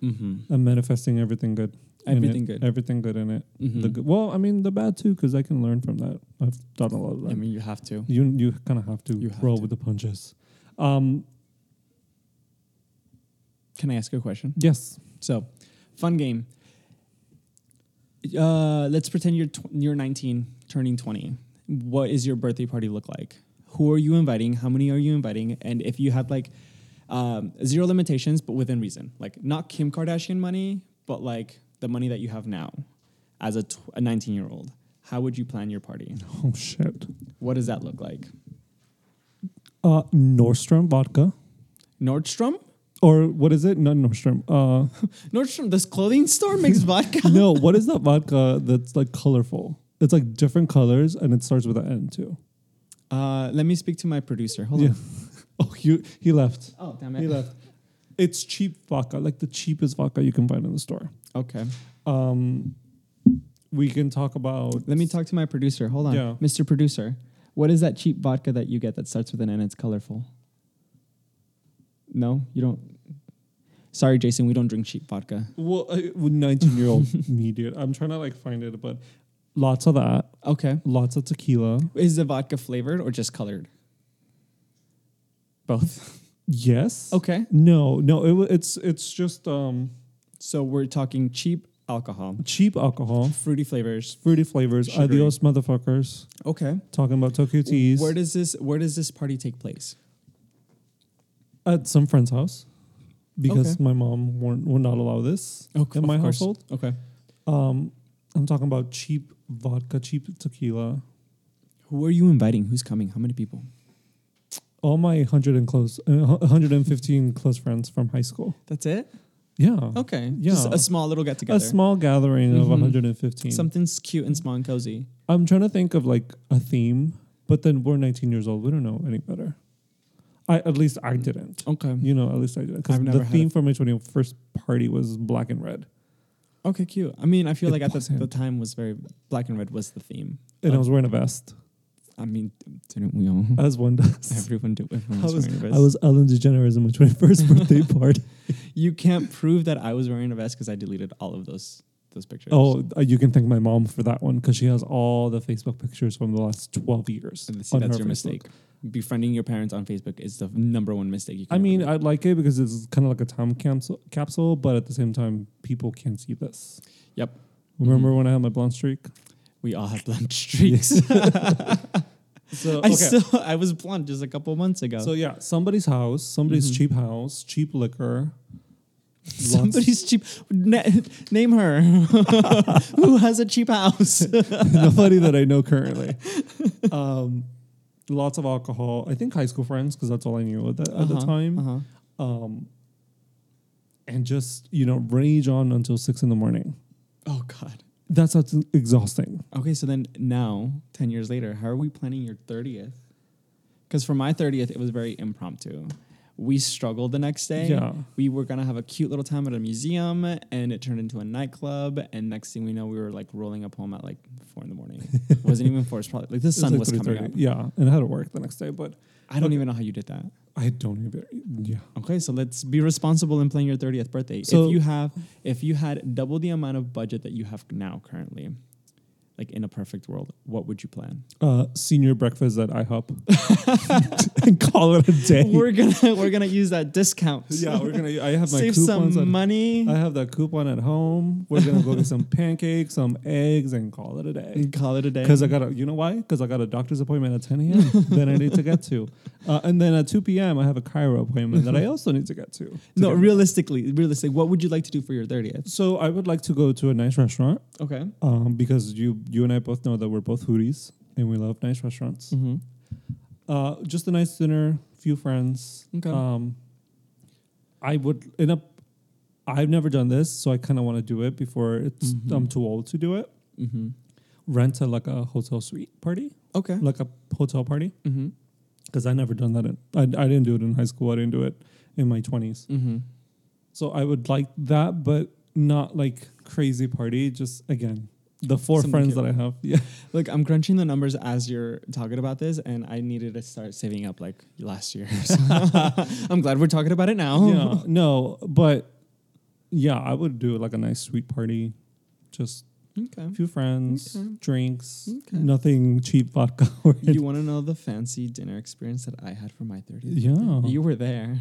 S2: Mm-hmm.
S1: I'm manifesting everything good. in it.
S2: Everything good.
S1: Everything good in it. The
S2: Mhm.
S1: good, well, I mean, the bad too, because I can learn from that. I've done a lot of that.
S2: I mean, you have to.
S1: you you kind of have to
S2: You have
S1: roll
S2: to.
S1: with the punches. Um,
S2: Can I ask you a question?
S1: yes.
S2: So, fun game. Uh, let's pretend you're tw- you're 19, turning 20. What is your birthday party look like? Who are you inviting? How many are you inviting? And if you had like um, zero limitations, but within reason, like not Kim Kardashian money, but like the money that you have now as a, tw- a 19 year old, how would you plan your party?
S1: Oh, shit.
S2: What does that look like?
S1: Uh, Nordstrom vodka.
S2: Nordstrom?
S1: Or what is it? Not Nordstrom. Uh,
S2: Nordstrom, this clothing store makes vodka.
S1: no, what is that vodka that's like colorful? It's like different colors and it starts with an N too.
S2: Uh, let me speak to my producer. Hold
S1: Yeah.
S2: on.
S1: Oh, you, he left.
S2: Oh, damn
S1: He
S2: it.
S1: left. It's cheap vodka, like the cheapest vodka you can find in the store.
S2: Okay.
S1: Um, we can talk about.
S2: Let me talk to my producer. Hold on.
S1: Yeah.
S2: Mr. Producer, what is that cheap vodka that you get that starts with an N and it's colorful? No, you don't. Sorry,
S1: uh,
S2: Jason, we don't drink cheap vodka.
S1: Well, I, with 19 year old me, dude. I'm trying to like find it, but Lots of that.
S2: Okay.
S1: Lots of tequila.
S2: Is the vodka flavored or just colored? Both.
S1: Yes.
S2: Okay.
S1: No, no. It, wa- it's it's just um
S2: So we're talking cheap alcohol,
S1: cheap alcohol,
S2: fruity flavors.
S1: fruity flavors.
S2: Sugary.
S1: Adios, motherfuckers.
S2: Okay.
S1: Talking about Tokyo teas
S2: Where does this Where does this party take place?
S1: at some friend's house because
S2: Okay.
S1: my mom won't would not allow this
S2: Okay.
S1: in my household.
S2: Okay.
S1: Um, I'm talking about cheap vodka, cheap tequila.
S2: Who are you inviting? Who's coming? How many people?
S1: All my hundred and close, uh, hundred and fifteen close friends from high school.
S2: That's it.
S1: Yeah,
S2: Okay.
S1: Yeah.
S2: Just a small little get together.
S1: a small gathering of
S2: Mhm.
S1: 115.
S2: Something's cute and small and cozy.
S1: I'm trying to think of like a theme, but then we're 19 years old. We don't know any better. I at least I didn't.
S2: Okay.
S1: You know, at least I didn't. Because
S2: I've never
S1: the
S2: had
S1: theme
S2: a-
S1: for my 21st party was black and red,
S2: Okay, cute. I mean, I feel
S1: It
S2: like at the,
S1: wasn't.
S2: the time was very black and red was the theme.
S1: and I
S2: Oh.
S1: was wearing a vest,
S2: I mean, didn't we all?
S1: as one does.
S2: Everyone did. Everyone
S1: I
S2: was
S1: was
S2: wearing a vest.
S1: I was Ellen DeGeneres at my 21st birthday party.
S2: You can't prove that I was wearing a vest because I deleted all of those those pictures.
S1: Oh, uh, you can thank my mom for that one because she has all the Facebook pictures from the last 12 years.
S2: And see,
S1: on
S2: that's
S1: her
S2: your
S1: Facebook.
S2: mistake. Befriending your parents on Facebook is the number one mistake you can.
S1: I
S2: ever
S1: mean,
S2: make.
S1: I like it because it's kind of like a time capsule, capsule, but at the same time, people can't see this.
S2: Yep.
S1: Remember
S2: Mhm.
S1: when I had my blonde streak?
S2: we all have blunt streaks.
S1: So
S2: I
S1: okay.
S2: still I was blunt just a couple months ago.
S1: so yeah, somebody's house, somebody's
S2: Mhm.
S1: cheap house, cheap liquor.
S2: Somebody's cheap. Na- name her. Who has a cheap house?
S1: nobody that I know currently. Um, lots of alcohol. I think high school friends because that's all I knew at the, at the
S2: Uh-huh,
S1: time.
S2: uh-huh.
S1: Um, and just you know rage on until six in the morning.
S2: Oh God.
S1: That's that's exhausting.
S2: Okay, so then now, ten years later, how are we planning your thirtieth? Because for my thirtieth, it was very impromptu. We struggled the next day.
S1: Yeah.
S2: We were gonna have a cute little time at a museum, and it turned into a nightclub. And next thing we know, we were like rolling up home at like four in the morning. it wasn't even four. It's probably like the
S1: It's
S2: sun
S1: like
S2: was coming
S1: 3:30.
S2: up.
S1: Yeah, and I had to work the next day, but
S2: I don't
S1: Okay.
S2: even know how you did that.
S1: I don't even. Yeah,
S2: Okay, so let's be responsible in planning your 30th birthday.
S1: So-
S2: if you have if you had double the amount of budget that you have now currently, like in a perfect world, what would you plan?
S1: uh, senior breakfast at IHOP, and call it a day.
S2: We're gonna we're gonna use that discount.
S1: yeah, we're gonna. I have my
S2: save
S1: coupons.
S2: some
S1: on-
S2: money
S1: I have that coupon at home. We're gonna go get some pancakes, some eggs, and call it a day.
S2: and call it a day.
S1: Because I got a, you know why? Because I got a doctor's appointment at 10 a.m. that I need to get to, uh, and then at 2 p.m. I have a Cairo appointment that I also need to get to. to
S2: no,
S1: get-
S2: realistically, realistically, what would you like to do for your 30th?
S1: So I would like to go to a nice restaurant
S2: Okay.
S1: um, because you you and I both know that we're both foodies and we love nice restaurants.
S2: Mm-hmm.
S1: Uh, just a nice dinner, few friends.
S2: Okay.
S1: Um, I would end up. I've never done this, so I kind of want to do it before it's
S2: Mhm.
S1: I'm too old to do it.
S2: Mm-hmm.
S1: Rent a, like a hotel suite party,
S2: Okay.
S1: like a hotel party,
S2: Mm-hmm.
S1: because I never done that. In, I I didn't do it in high school. I didn't do it in my twenties.
S2: Mm-hmm.
S1: So I would like that, but not like crazy party. Just again, the four
S2: Something
S1: friends
S2: cute.
S1: that I have. Yeah.
S2: Look, I'm crunching the numbers as you're talking about this, and I needed to start saving up like last year. So I'm glad we're talking about it now.
S1: yeah, no, but yeah, I would do like a nice sweet party, just
S2: Okay.
S1: a few friends,
S2: Okay.
S1: drinks,
S2: Okay.
S1: nothing cheap vodka. Or
S2: You want to know the fancy dinner experience that I had for my 30th?
S1: Yeah.
S2: You were there.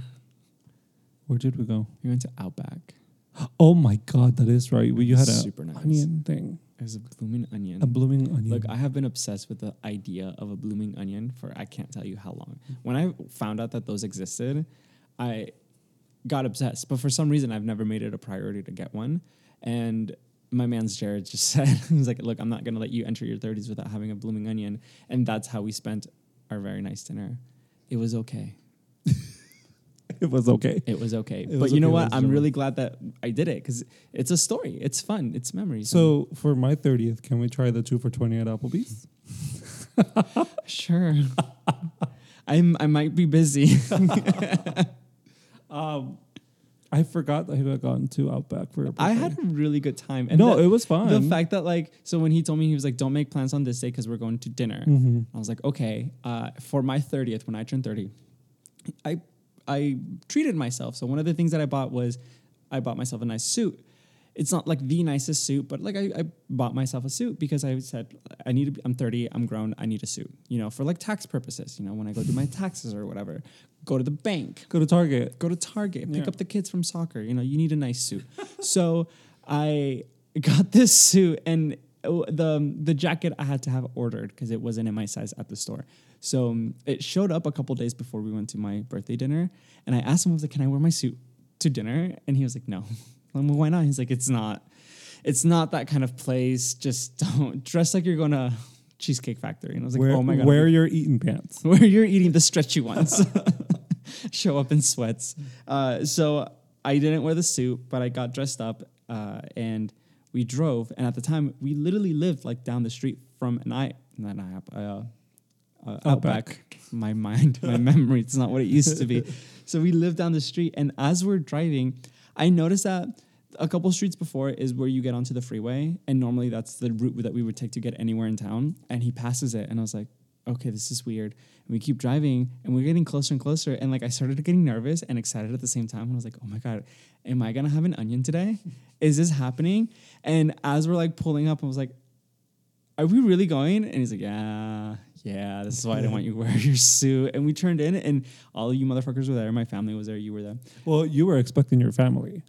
S1: Where did we go?
S2: We went to Outback.
S1: Oh my god, that is right. We, you had a
S2: Super nice.
S1: onion thing,
S2: It was a blooming onion.
S1: a blooming onion.
S2: Look, I have been obsessed with the idea of a blooming onion for I can't tell you how long. When I found out that those existed, I got obsessed. But for some reason, I've never made it a priority to get one. And my man's Jared just said, he's like, look, I'm not going to let you enter your 30s without having a blooming onion. And that's how we spent our very nice dinner. It was okay.
S1: it was okay.
S2: It was okay. but
S1: was
S2: you know
S1: okay, ladies
S2: what?
S1: and
S2: I'm
S1: gentlemen.
S2: really glad that I did it because it's a story. It's fun. It's memories.
S1: So for my thirtieth, can we try the two for twenty at Applebee's?
S2: sure. I'm, I might be busy.
S1: Um, I forgot that I had gotten two Outback for. a birthday.
S2: I had a really good time.
S1: no,
S2: the,
S1: it was fun.
S2: the fact that like, so when he told me he was like, "Don't make plans on this day because we're going to dinner,"
S1: Mhm.
S2: I was like, "Okay." Uh, for my thirtieth, when I turned thirty, I I treated myself. So one of the things that I bought was I bought myself a nice suit. it's not like the nicest suit, but like I, I bought myself a suit because I said I need to. Be, I'm 30. I'm grown. I need a suit. You know, for like tax purposes. You know, when I go do my taxes or whatever, go to the bank,
S1: Go to Target.
S2: go to Target, pick
S1: Yeah.
S2: up the kids from soccer. You know, you need a nice suit. so I got this suit, and uh, the the jacket I had to have ordered because it wasn't in my size at the store. So um, it showed up a couple days before we went to my birthday dinner, and I asked him, I was like, "Can I wear my suit to dinner?" And he was like, "No." I'm like, "Why not?" He's like, "It's not, it's not that kind of place. Just don't dress like you're going to Cheesecake Factory." And I was like,
S1: Wear,
S2: "Oh my god,
S1: wear your eating pants.
S2: where you're eating the stretchy ones. Show up in sweats. Uh, so I didn't wear the suit, but I got dressed up uh, and we drove. And at the time, we literally lived like down the street from an I, not an IHOP, uh, uh,
S1: Outback.
S2: Outback. My mind, my memory, it's not what it used to be. So we lived down the street. And as we're driving, I noticed that a couple streets before is where you get onto the freeway. And normally that's the route that we would take to get anywhere in town. And he passes it. And I was like, okay, this is weird. And we keep driving and we're getting closer and closer. And like I started getting nervous and excited at the same time. And I was like, oh my God, am I gonna have an onion today? Is this happening? And as we're like pulling up, I was like, are we really going? And he's like, yeah, yeah, this is why I didn't want you to wear your suit. And we turned in and all you motherfuckers were there. My family was there, you were there.
S1: Well, you were expecting your family.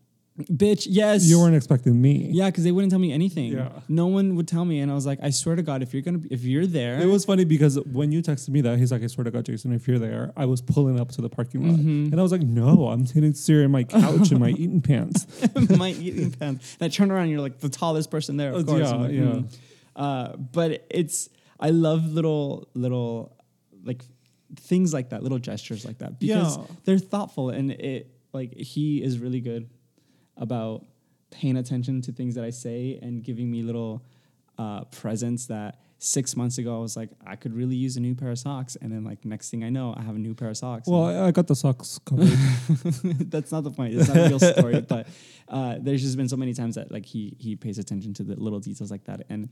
S2: Bitch, yes.
S1: You weren't expecting me.
S2: Yeah, because they wouldn't tell me anything.
S1: Yeah.
S2: No one would tell me. And I was like, I swear to God, if you're gonna be, if you're there,
S1: It was funny because when you texted me that, he's like, I swear to God, Jason, if you're there, I was pulling up to the parking lot. And I was like, no, I'm sitting here in my couch in my eating pants.
S2: my eating pants. And I turn around, and you're like the tallest person there, of
S1: Oh,
S2: course.
S1: yeah,
S2: I'm like,
S1: yeah.
S2: "Hmm." Uh, but it's I love little little like things like that, little gestures like that because
S1: Yeah.
S2: they're thoughtful and it like he is really good about paying attention to things that I say and giving me little uh, presents that six months ago I was like I could really use a new pair of socks and then like next thing I know I have a new pair of socks.
S1: Well, I, I got the socks covered.
S2: that's not the point. It's not a real story, but uh, there's just been so many times that like he he pays attention to the little details like that, and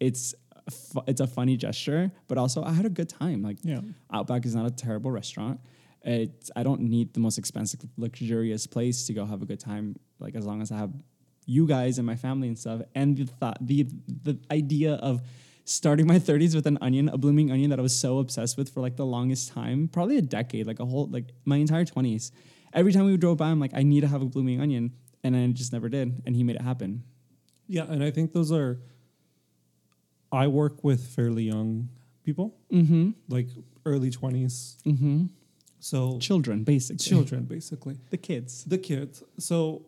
S2: it's a fu- it's a funny gesture, but also I had a good time. Like
S1: Yeah.
S2: Outback is not a terrible restaurant. It's I don't need the most expensive luxurious place to go have a good time. Like as long as I have you guys and my family and stuff, and the thought the the idea of starting my 30s with an onion a blooming onion that i was so obsessed with for like the longest time probably a decade like a whole like my entire 20s every time we drove by, I'm like, I need to have a blooming onion, and I just never did, and he made it happen.
S1: yeah. And I think those are, I work with fairly young people,
S2: Mm-hmm.
S1: like early 20s.
S2: Mm-hmm.
S1: So
S2: Children, basically.
S1: children, basically.
S2: The kids.
S1: The kids. So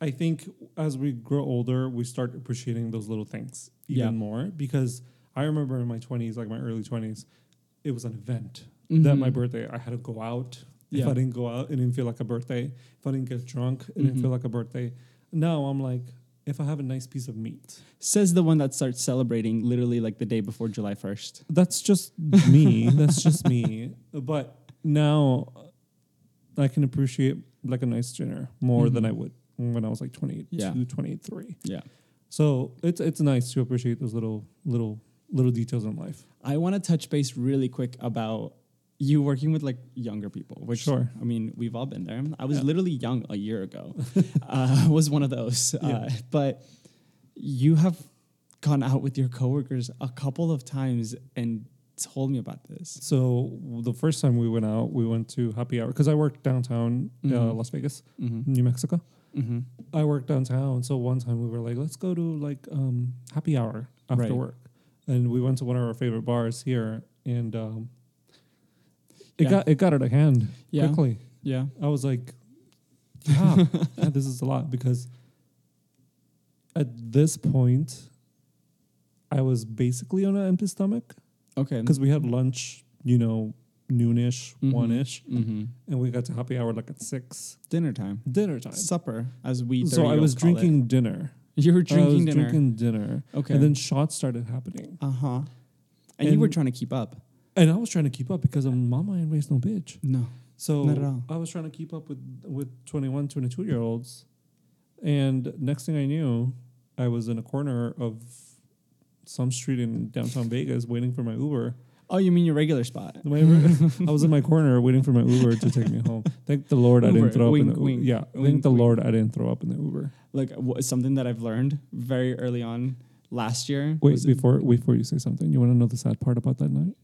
S1: I think as we grow older, we start appreciating those little things even
S2: Yeah.
S1: more because I remember in my 20s, like my early 20s, it was an event that my
S2: Mhm.
S1: birthday, I had to go out. If
S2: Yeah.
S1: I didn't go out, it didn't feel like a birthday. If I didn't get drunk, it didn't
S2: Mm-hmm.
S1: feel like a birthday. Now I'm like, if I have a nice piece of meat,
S2: Says the one that starts celebrating literally like the day before July 1st.
S1: that's just me. that's just me. But now I can appreciate like a nice dinner more than I would when I was like 22,
S2: Mm-hmm. Yeah.
S1: 23.
S2: Yeah.
S1: So it's it's nice to appreciate those little little little details in life.
S2: I want to touch base really quick about you working with like younger people, which
S1: Sure.
S2: I mean, we've all been there. I was
S1: Yeah.
S2: literally young a year ago, uh, was one of those. Uh, but you have gone out with your coworkers a couple of times and told me about this.
S1: So the first time we went out, we went to happy hour because I worked downtown uh,
S2: Mhm.
S1: Las Vegas,
S2: Mm-hmm.
S1: New Mexico.
S2: Mm-hmm.
S1: I worked downtown, so one time we were like, let's go to like um, happy hour after
S2: Right.
S1: work, and we went to one of our favorite bars here, and um, it
S2: Yeah.
S1: got it got out of hand
S2: Yeah.
S1: quickly.
S2: Yeah.
S1: I was like, yeah, yeah, this is a lot because at this point, I was basically on an empty stomach
S2: Mm-hmm. Okay.
S1: because we had lunch, you know, noonish,
S2: Mhm.
S1: one ish,
S2: mm-hmm.
S1: and we got to happy hour like at six,
S2: dinner time,
S1: dinner time.
S2: supper, as we
S1: So I
S2: 30-year-olds
S1: was
S2: call it.
S1: drinking dinner.
S2: You were
S1: I was
S2: drinking dinner.
S1: drinking dinner.
S2: okay.
S1: And then shots started happening.
S2: uh huh. And, you were
S1: And-
S2: trying to keep up.
S1: And I was trying to keep up because I'm mama ain't raised no bitch.
S2: No.
S1: So
S2: Not at all.
S1: I was trying to keep up with with 21, 22 year olds. And next thing I knew, I was in a corner of some street in downtown Vegas waiting for my Uber.
S2: Oh, you mean your regular spot?
S1: My- I was in my corner waiting for my Uber to take me home. Thank the Lord I
S2: Uber,
S1: didn't throw
S2: wink,
S1: up in the
S2: wink,
S1: Yeah, thank
S2: wink,
S1: the
S2: wink.
S1: Lord I didn't throw up in the Uber.
S2: Like wh- something that I've learned very early on last year.
S1: Wait,
S2: was-
S1: before before you say something, you want to know the sad part about that night?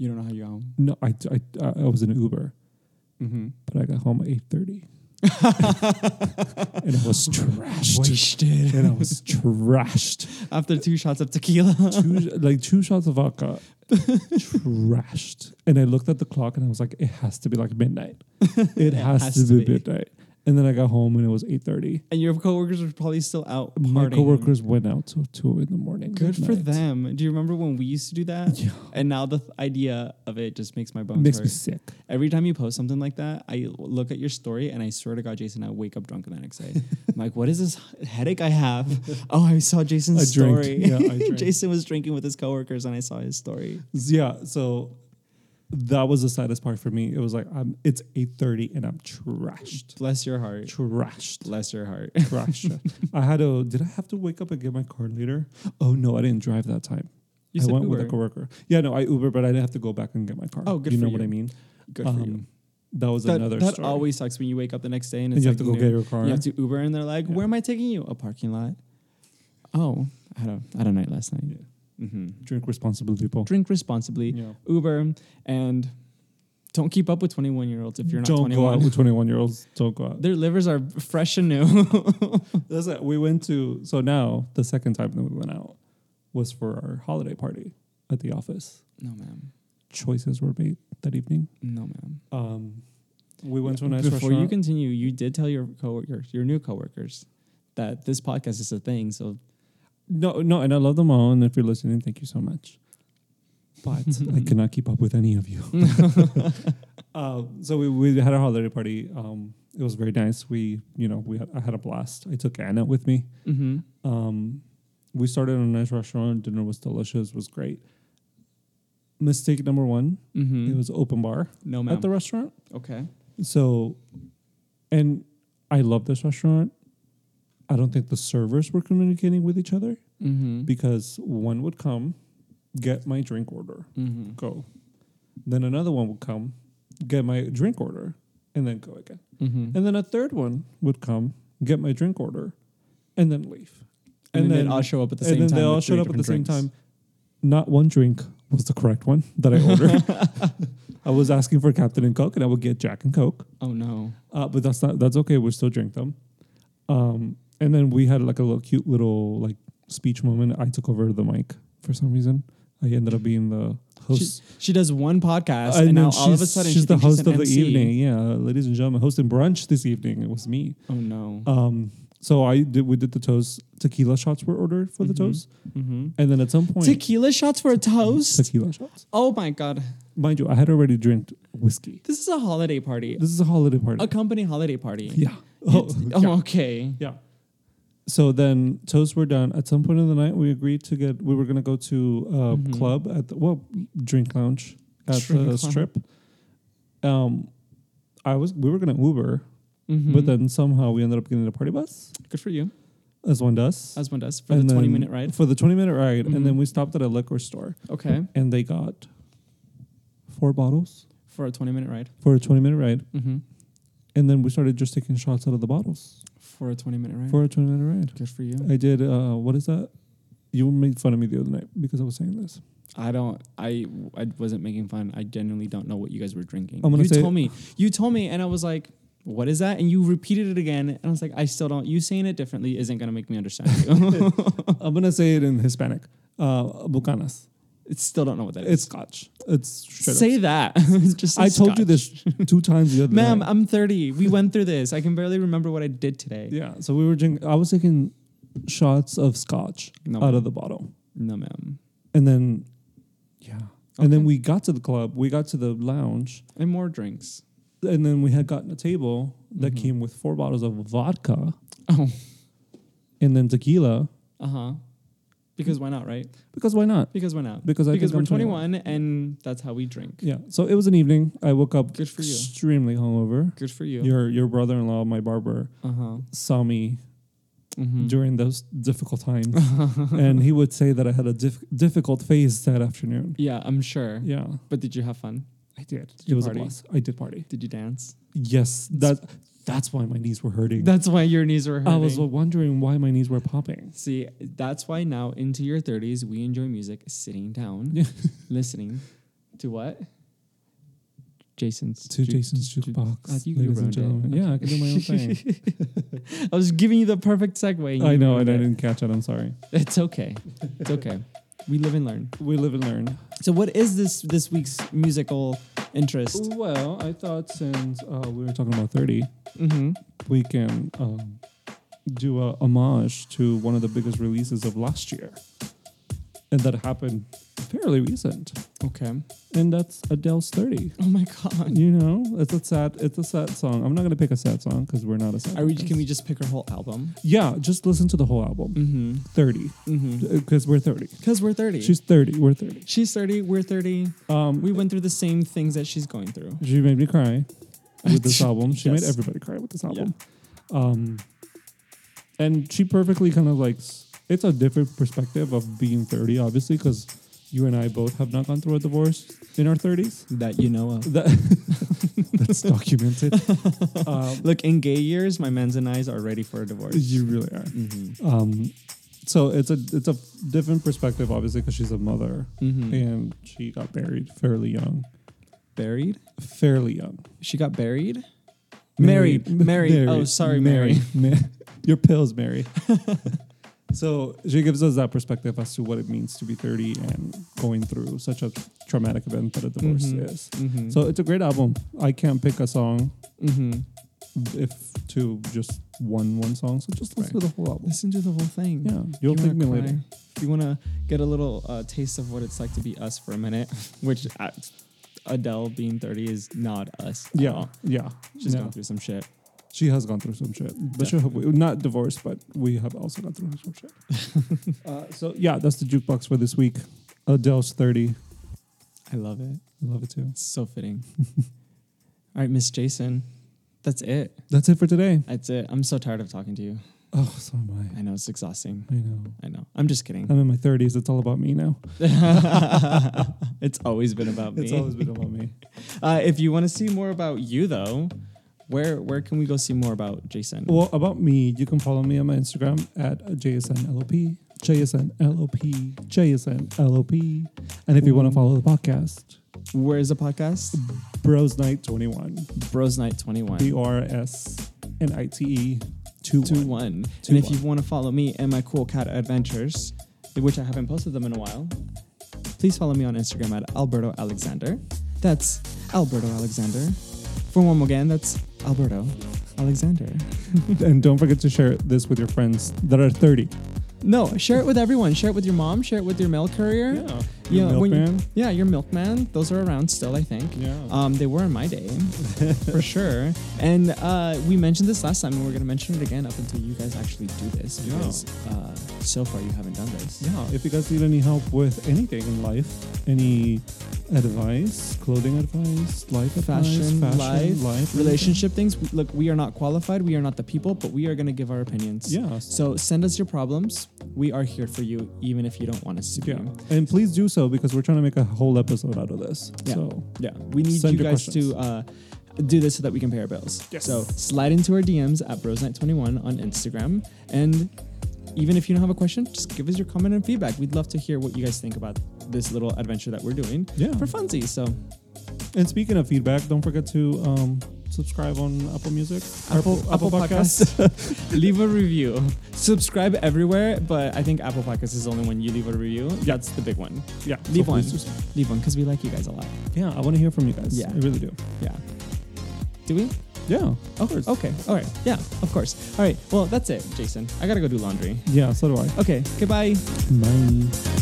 S2: you don't know how you got home.
S1: No, I I, I- I was in an Uber,
S2: Mm-hmm.
S1: but I got home at eight thirty,
S2: Mm-hmm.
S1: and I was trashed.
S2: Wasted
S1: and I was trashed.
S2: after two shots of tequila.
S1: Two like two shots of vodka, trashed. And I looked at the clock and I was like, it has to be like midnight. It has,
S2: has
S1: to,
S2: to
S1: be,
S2: be.
S1: midnight. And then I got home and it was eight thirty.
S2: and your coworkers were probably still out.
S1: My
S2: partying.
S1: coworkers went out till two in the morning.
S2: Good for
S1: midnight.
S2: them. Do you remember when we used to do that?
S1: Yeah.
S2: And now the th- idea of it just makes my
S1: It
S2: bones
S1: makes
S2: hurt.
S1: me sick.
S2: Every time you post something like that, I look at your story and I swear to God, Jason, I wake up drunk the next day. I'm like, what is this headache I have? Oh, I saw Jason's
S1: I drank.
S2: story.
S1: Yeah, I drank.
S2: Jason was drinking with his coworkers and I saw his story.
S1: Yeah, so that was the saddest part for me. It was like I'm it's 8:30 and I'm trashed.
S2: Bless your heart.
S1: Trashed.
S2: Bless your heart.
S1: Trashed. I had to did I have to wake up and get my card later? Oh no, I didn't drive that time.
S2: You
S1: I
S2: said
S1: went with a
S2: Uber.
S1: coworker. Yeah, no, I Uber, but I didn't have to go back and get my car.
S2: Oh, good
S1: You
S2: for
S1: know what
S2: you.
S1: I mean? Um,
S2: Good for you.
S1: That was
S2: Um, That,
S1: another
S2: that
S1: story.
S2: always sucks when you wake up the next day and,
S1: And
S2: it's
S1: you have
S2: like
S1: to go
S2: noon.
S1: get your car.
S2: You have to Uber and they're like,
S1: Yeah.
S2: where am I taking you? A parking lot. Oh, I had a, I had a night last night. hmm
S1: drink responsibly, people.
S2: Drink responsibly.
S1: Yeah.
S2: Uber and don't keep up with 21 year olds if you're not
S1: don't
S2: 21.
S1: go out with 21 year olds. Don't go out.
S2: Their livers are fresh and new.
S1: That's it. We went to so now the second time that we went out was for our holiday party at the office.
S2: no, ma'am.
S1: Choices were made that evening.
S2: No, ma'am.
S1: Um, we went to a nice
S2: Before you
S1: restaurant.
S2: continue, you did tell your coworkers, your new coworkers, that this podcast is a thing. So
S1: no, no, and I love them all. And if you're listening, thank you so much. But I cannot keep up with any of you. uh, so we, we had our holiday party. Um, it was very nice. We, you know, we had, I had a blast. I took Anna with me.
S2: mhm.
S1: Um, we started at a nice restaurant. Dinner was delicious. Was great. Mistake number one.
S2: Mhm.
S1: It was open bar
S2: no,
S1: at
S2: ma'am.
S1: the restaurant.
S2: okay.
S1: So, and I love this restaurant. I don't think the servers were communicating with each other
S2: Mm-hmm.
S1: because one would come, get my drink order,
S2: mm-hmm.
S1: go. Then another one would come, get my drink order, and then go again.
S2: Mm-hmm.
S1: And then a third one would come, get my drink order, and then leave.
S2: And, then, they'd all show up at the same
S1: and then
S2: time.
S1: they all
S2: with three
S1: showed up at the same
S2: different drinks.
S1: time. Not one drink was the correct one that I ordered. I was asking for Captain and Coke, and I would get Jack and Coke.
S2: Oh no.
S1: Uh, but that's not that's okay. We still drink them. Um, and then we had like a little cute little like speech moment. I took over the mic for some reason. I ended up being the host.
S2: She does one podcast,
S1: I
S2: and
S1: know
S2: now all of a
S1: she's-
S2: sudden
S1: she's
S2: she
S1: the
S2: thinks
S1: host
S2: an
S1: of the
S2: MC.
S1: evening. Yeah, ladies and gentlemen, hosting brunch this evening. It was me.
S2: Oh no.
S1: Um, so I did. We did the toast. Tequila shots were ordered for the
S2: Mhm.
S1: toast,
S2: mm-hmm.
S1: and then at some point,
S2: Tequila shots for a toast.
S1: tequila shots.
S2: Oh my god.
S1: Mind you, I had already drank whiskey.
S2: This is a holiday party.
S1: This is a holiday party.
S2: A company holiday party.
S1: Yeah.
S2: Oh,
S1: yeah.
S2: okay.
S1: Yeah. So then toasts were done. At some point in the night, we agreed to get. We were gonna go to a
S2: Mhm.
S1: club at the well drink lounge at
S2: Drink
S1: the
S2: lounge.
S1: strip. Um, I was we were gonna Uber,
S2: Mhm.
S1: but then somehow we ended up getting a party bus,
S2: good for you,
S1: as one does,
S2: as one does for
S1: And
S2: the twenty
S1: then-
S2: minute ride.
S1: For the twenty minute ride,
S2: Mhm.
S1: and then we stopped at a liquor store,
S2: Okay,
S1: and they got four bottles
S2: for a twenty minute ride.
S1: for a twenty minute ride,
S2: Mm-hmm.
S1: and then we started just taking shots out of the bottles
S2: For a twenty minute ride.
S1: for a twenty minute ride.
S2: good for you.
S1: I did. Uh, what is that? You made fun of me the other night because I was saying this.
S2: I don't. I I wasn't making fun. I genuinely don't know what you guys were drinking.
S1: I'm gonna
S2: you
S1: say-
S2: told me. You told me, and I was like, "What is that?" And you repeated it again, and I was like, "I still don't." You saying it differently isn't gonna make me understand you.
S1: I'm gonna say it in Hispanic. Uh, bucanas.
S2: I still don't know what that is.
S1: It's Scotch. It's straight up.
S2: say that. Just say
S1: I told you
S2: scotch.
S1: this two times the other
S2: ma'am.
S1: night.
S2: I'm 30. We went through this. I can barely remember what I did today.
S1: yeah. So we were drinking. I was taking shots of Scotch
S2: No,
S1: out
S2: ma'am.
S1: of the bottle,
S2: no, ma'am.
S1: and then yeah, and then
S2: Okay.
S1: we got to the club. We got to the lounge,
S2: And more drinks.
S1: and then we had gotten a table that
S2: Mhm.
S1: came with four bottles of vodka
S2: Oh,
S1: and then tequila.
S2: uh huh. Because why not, right?
S1: Because why not?
S2: Because why not?
S1: Because I
S2: because
S1: think
S2: we're
S1: I'm
S2: 21, and that's how we drink.
S1: Yeah. So it was an evening. I woke up
S2: Good for you.
S1: extremely hungover.
S2: Good for you. Uh-huh.
S1: Your your brother in law, my barber,
S2: Uh huh.
S1: saw me
S2: Mhm.
S1: during those difficult times. and he would say that I had a diff- difficult phase that afternoon.
S2: yeah, I'm sure.
S1: Yeah,
S2: But did you have fun?
S1: I did.
S2: you
S1: it was
S2: party?
S1: a blast. I did party.
S2: Did you dance?
S1: Yes, that that's why my knees were hurting.
S2: That's why your knees were hurting.
S1: I was wondering why my knees were popping.
S2: See, that's why now into your 30s, we enjoy music sitting down,
S1: Yeah.
S2: listening to what? Jason's
S1: To
S2: ju-
S1: Jason's
S2: ju-
S1: jukebox,
S2: Ah, you
S1: ladies and
S2: ruined it.
S1: gentlemen. Yeah, I can do my own thing.
S2: I was giving you the perfect segue. and
S1: I
S2: you
S1: know, and
S2: ruined
S1: I
S2: it.
S1: didn't catch it. I'm sorry.
S2: It's okay. It's okay. we live and learn.
S1: We live and learn.
S2: So, what is this this week's musical interest?
S1: Well, I thought since uh, we were talking about 30,
S2: Mm-hmm.
S1: we can um, do a homage to one of the biggest releases of last year, and that happened fairly recent.
S2: Okay.
S1: And that's Adele's 30.
S2: Oh my god.
S1: You know, it's a sad, it's a sad song. I'm not gonna pick a sad song because we're not a sad.
S2: Are we,
S1: podcast.
S2: can we just pick her whole album?
S1: Yeah, just listen to the whole album.
S2: Mm-hmm.
S1: 30,
S2: Mm-hmm.
S1: because we're 30.
S2: Because we're 30.
S1: She's 30. We're 30.
S2: she's 30. We're 30.
S1: Um,
S2: We went through the same things that she's going through.
S1: She made me cry with this album. She made
S2: Yes.
S1: everybody cry with this album. Um, and she perfectly kind of like s- it's a different perspective of being 30, obviously, because you and I both have not gone through a divorce in our 30s.
S2: That you know of.
S1: That, that's documented. um,
S2: Look, in gay years, my men's and I's are ready for a divorce.
S1: you really are.
S2: Mm-hmm.
S1: Um, so it's a it's a different perspective, obviously, because she's a mother
S2: Mm-hmm.
S1: and she got married fairly young,
S2: Buried?
S1: fairly young.
S2: She got buried? Married. Married. Oh, sorry, Mary.
S1: Mary. Ma- Your pills, Mary. so she gives us that perspective as to what it means to be 30 and going through such a traumatic event that a divorce
S2: Mhm.
S1: is.
S2: Mm-hmm.
S1: So it's a great album. I can't pick a song
S2: mm-hmm.
S1: if to just one one song. So just listen
S2: Right.
S1: to the whole album.
S2: listen to the whole thing.
S1: Yeah, you'll
S2: wanna
S1: thank me
S2: cry,
S1: later.
S2: If you want to get a little uh, taste of what it's like to be us for a minute, which uh, Adele being 30 is not us. at
S1: Yeah,
S2: all.
S1: yeah.
S2: She's
S1: No.
S2: gone through some shit.
S1: She has gone through some shit, but she,
S2: Definitely.
S1: not divorced, but we have also gone through some shit. uh, so yeah, that's the jukebox for this week. Adele's thirty.
S2: I love it.
S1: I love it too.
S2: It's so fitting. all right, Miss Jason, that's it.
S1: That's it for today.
S2: That's it. I'm so tired of talking to you.
S1: Oh, so am
S2: I know it's exhausting.
S1: I. I know.
S2: I know. I'm just kidding.
S1: I'm in my thirties. It's all about me now.
S2: it's always been about me.
S1: It's always been about me.
S2: uh, if you want to see more about you, though, where where can we go see more about Jason?
S1: Well, about me, you can follow me on my Instagram at JSNLOP. JSNLOP. JSNLOP. And if you want to follow the podcast,
S2: Where is the podcast?
S1: Bros Night 21.
S2: Bros Night 21.
S1: B R S N I T E 2
S2: Two
S1: 1.
S2: one.
S1: Two
S2: And if
S1: one.
S2: you want to follow me and my cool cat adventures, which I haven't posted them in a while, please follow me on Instagram at Alberto Alexander. That's Alberto Alexander. For one more again, that's Alberto Alexander.
S1: And don't forget to share this with your friends that are 30.
S2: No, share it with everyone. Share it with your mom. Share it with your mail courier.
S1: Your
S2: Yeah, when you-
S1: milkman.
S2: Yeah, your milkman. Those are around still, I think.
S1: Yeah.
S2: Um, they were in my day, for sure. And uh, we mentioned this last time, and we're going to mention it again up until you guys actually do this.
S1: Yeah.
S2: Because uh, so far, you haven't done this.
S1: Yeah, if you guys need any help with anything in life, any advice, clothing advice, life advice,
S2: Fashion,
S1: fashion,
S2: life,
S1: life
S2: Relationship things. we- Look, we are not qualified. We are not the people, but we are going to give our opinions.
S1: Yeah.
S2: So send us your problems. We are here for you, even if you don't want us to
S1: Yeah,
S2: be.
S1: and please do so because we're trying to make a whole episode out of this.
S2: Yeah.
S1: So
S2: Yeah, we need
S1: Send
S2: you
S1: your
S2: guys
S1: questions.
S2: to uh, do this so that we can pay our bills.
S1: Yes.
S2: So slide into our DMs at brosnight21 on Instagram. And even if you don't have a question, just give us your comment and feedback. We'd love to hear what you guys think about this little adventure that we're doing
S1: yeah.
S2: for funsies. So
S1: And speaking of feedback, don't forget to um, subscribe on Apple Music,
S2: Podcast. leave a review. Subscribe everywhere, but I think Apple Podcast is the only one you leave a review. That's the big one.
S1: yeah,
S2: Leave
S1: so
S2: one.
S1: please do so.
S2: Leave one because we like you guys a lot.
S1: Yeah, I want to hear from you guys.
S2: Yeah.
S1: I really do.
S2: Yeah. Do we?
S1: Yeah,
S2: Oh, okay. All right. Yeah, of course. All right. Well, that's it, Jason. I got to go do laundry.
S1: yeah. So do I.
S2: Okay. Goodbye.
S1: Bye.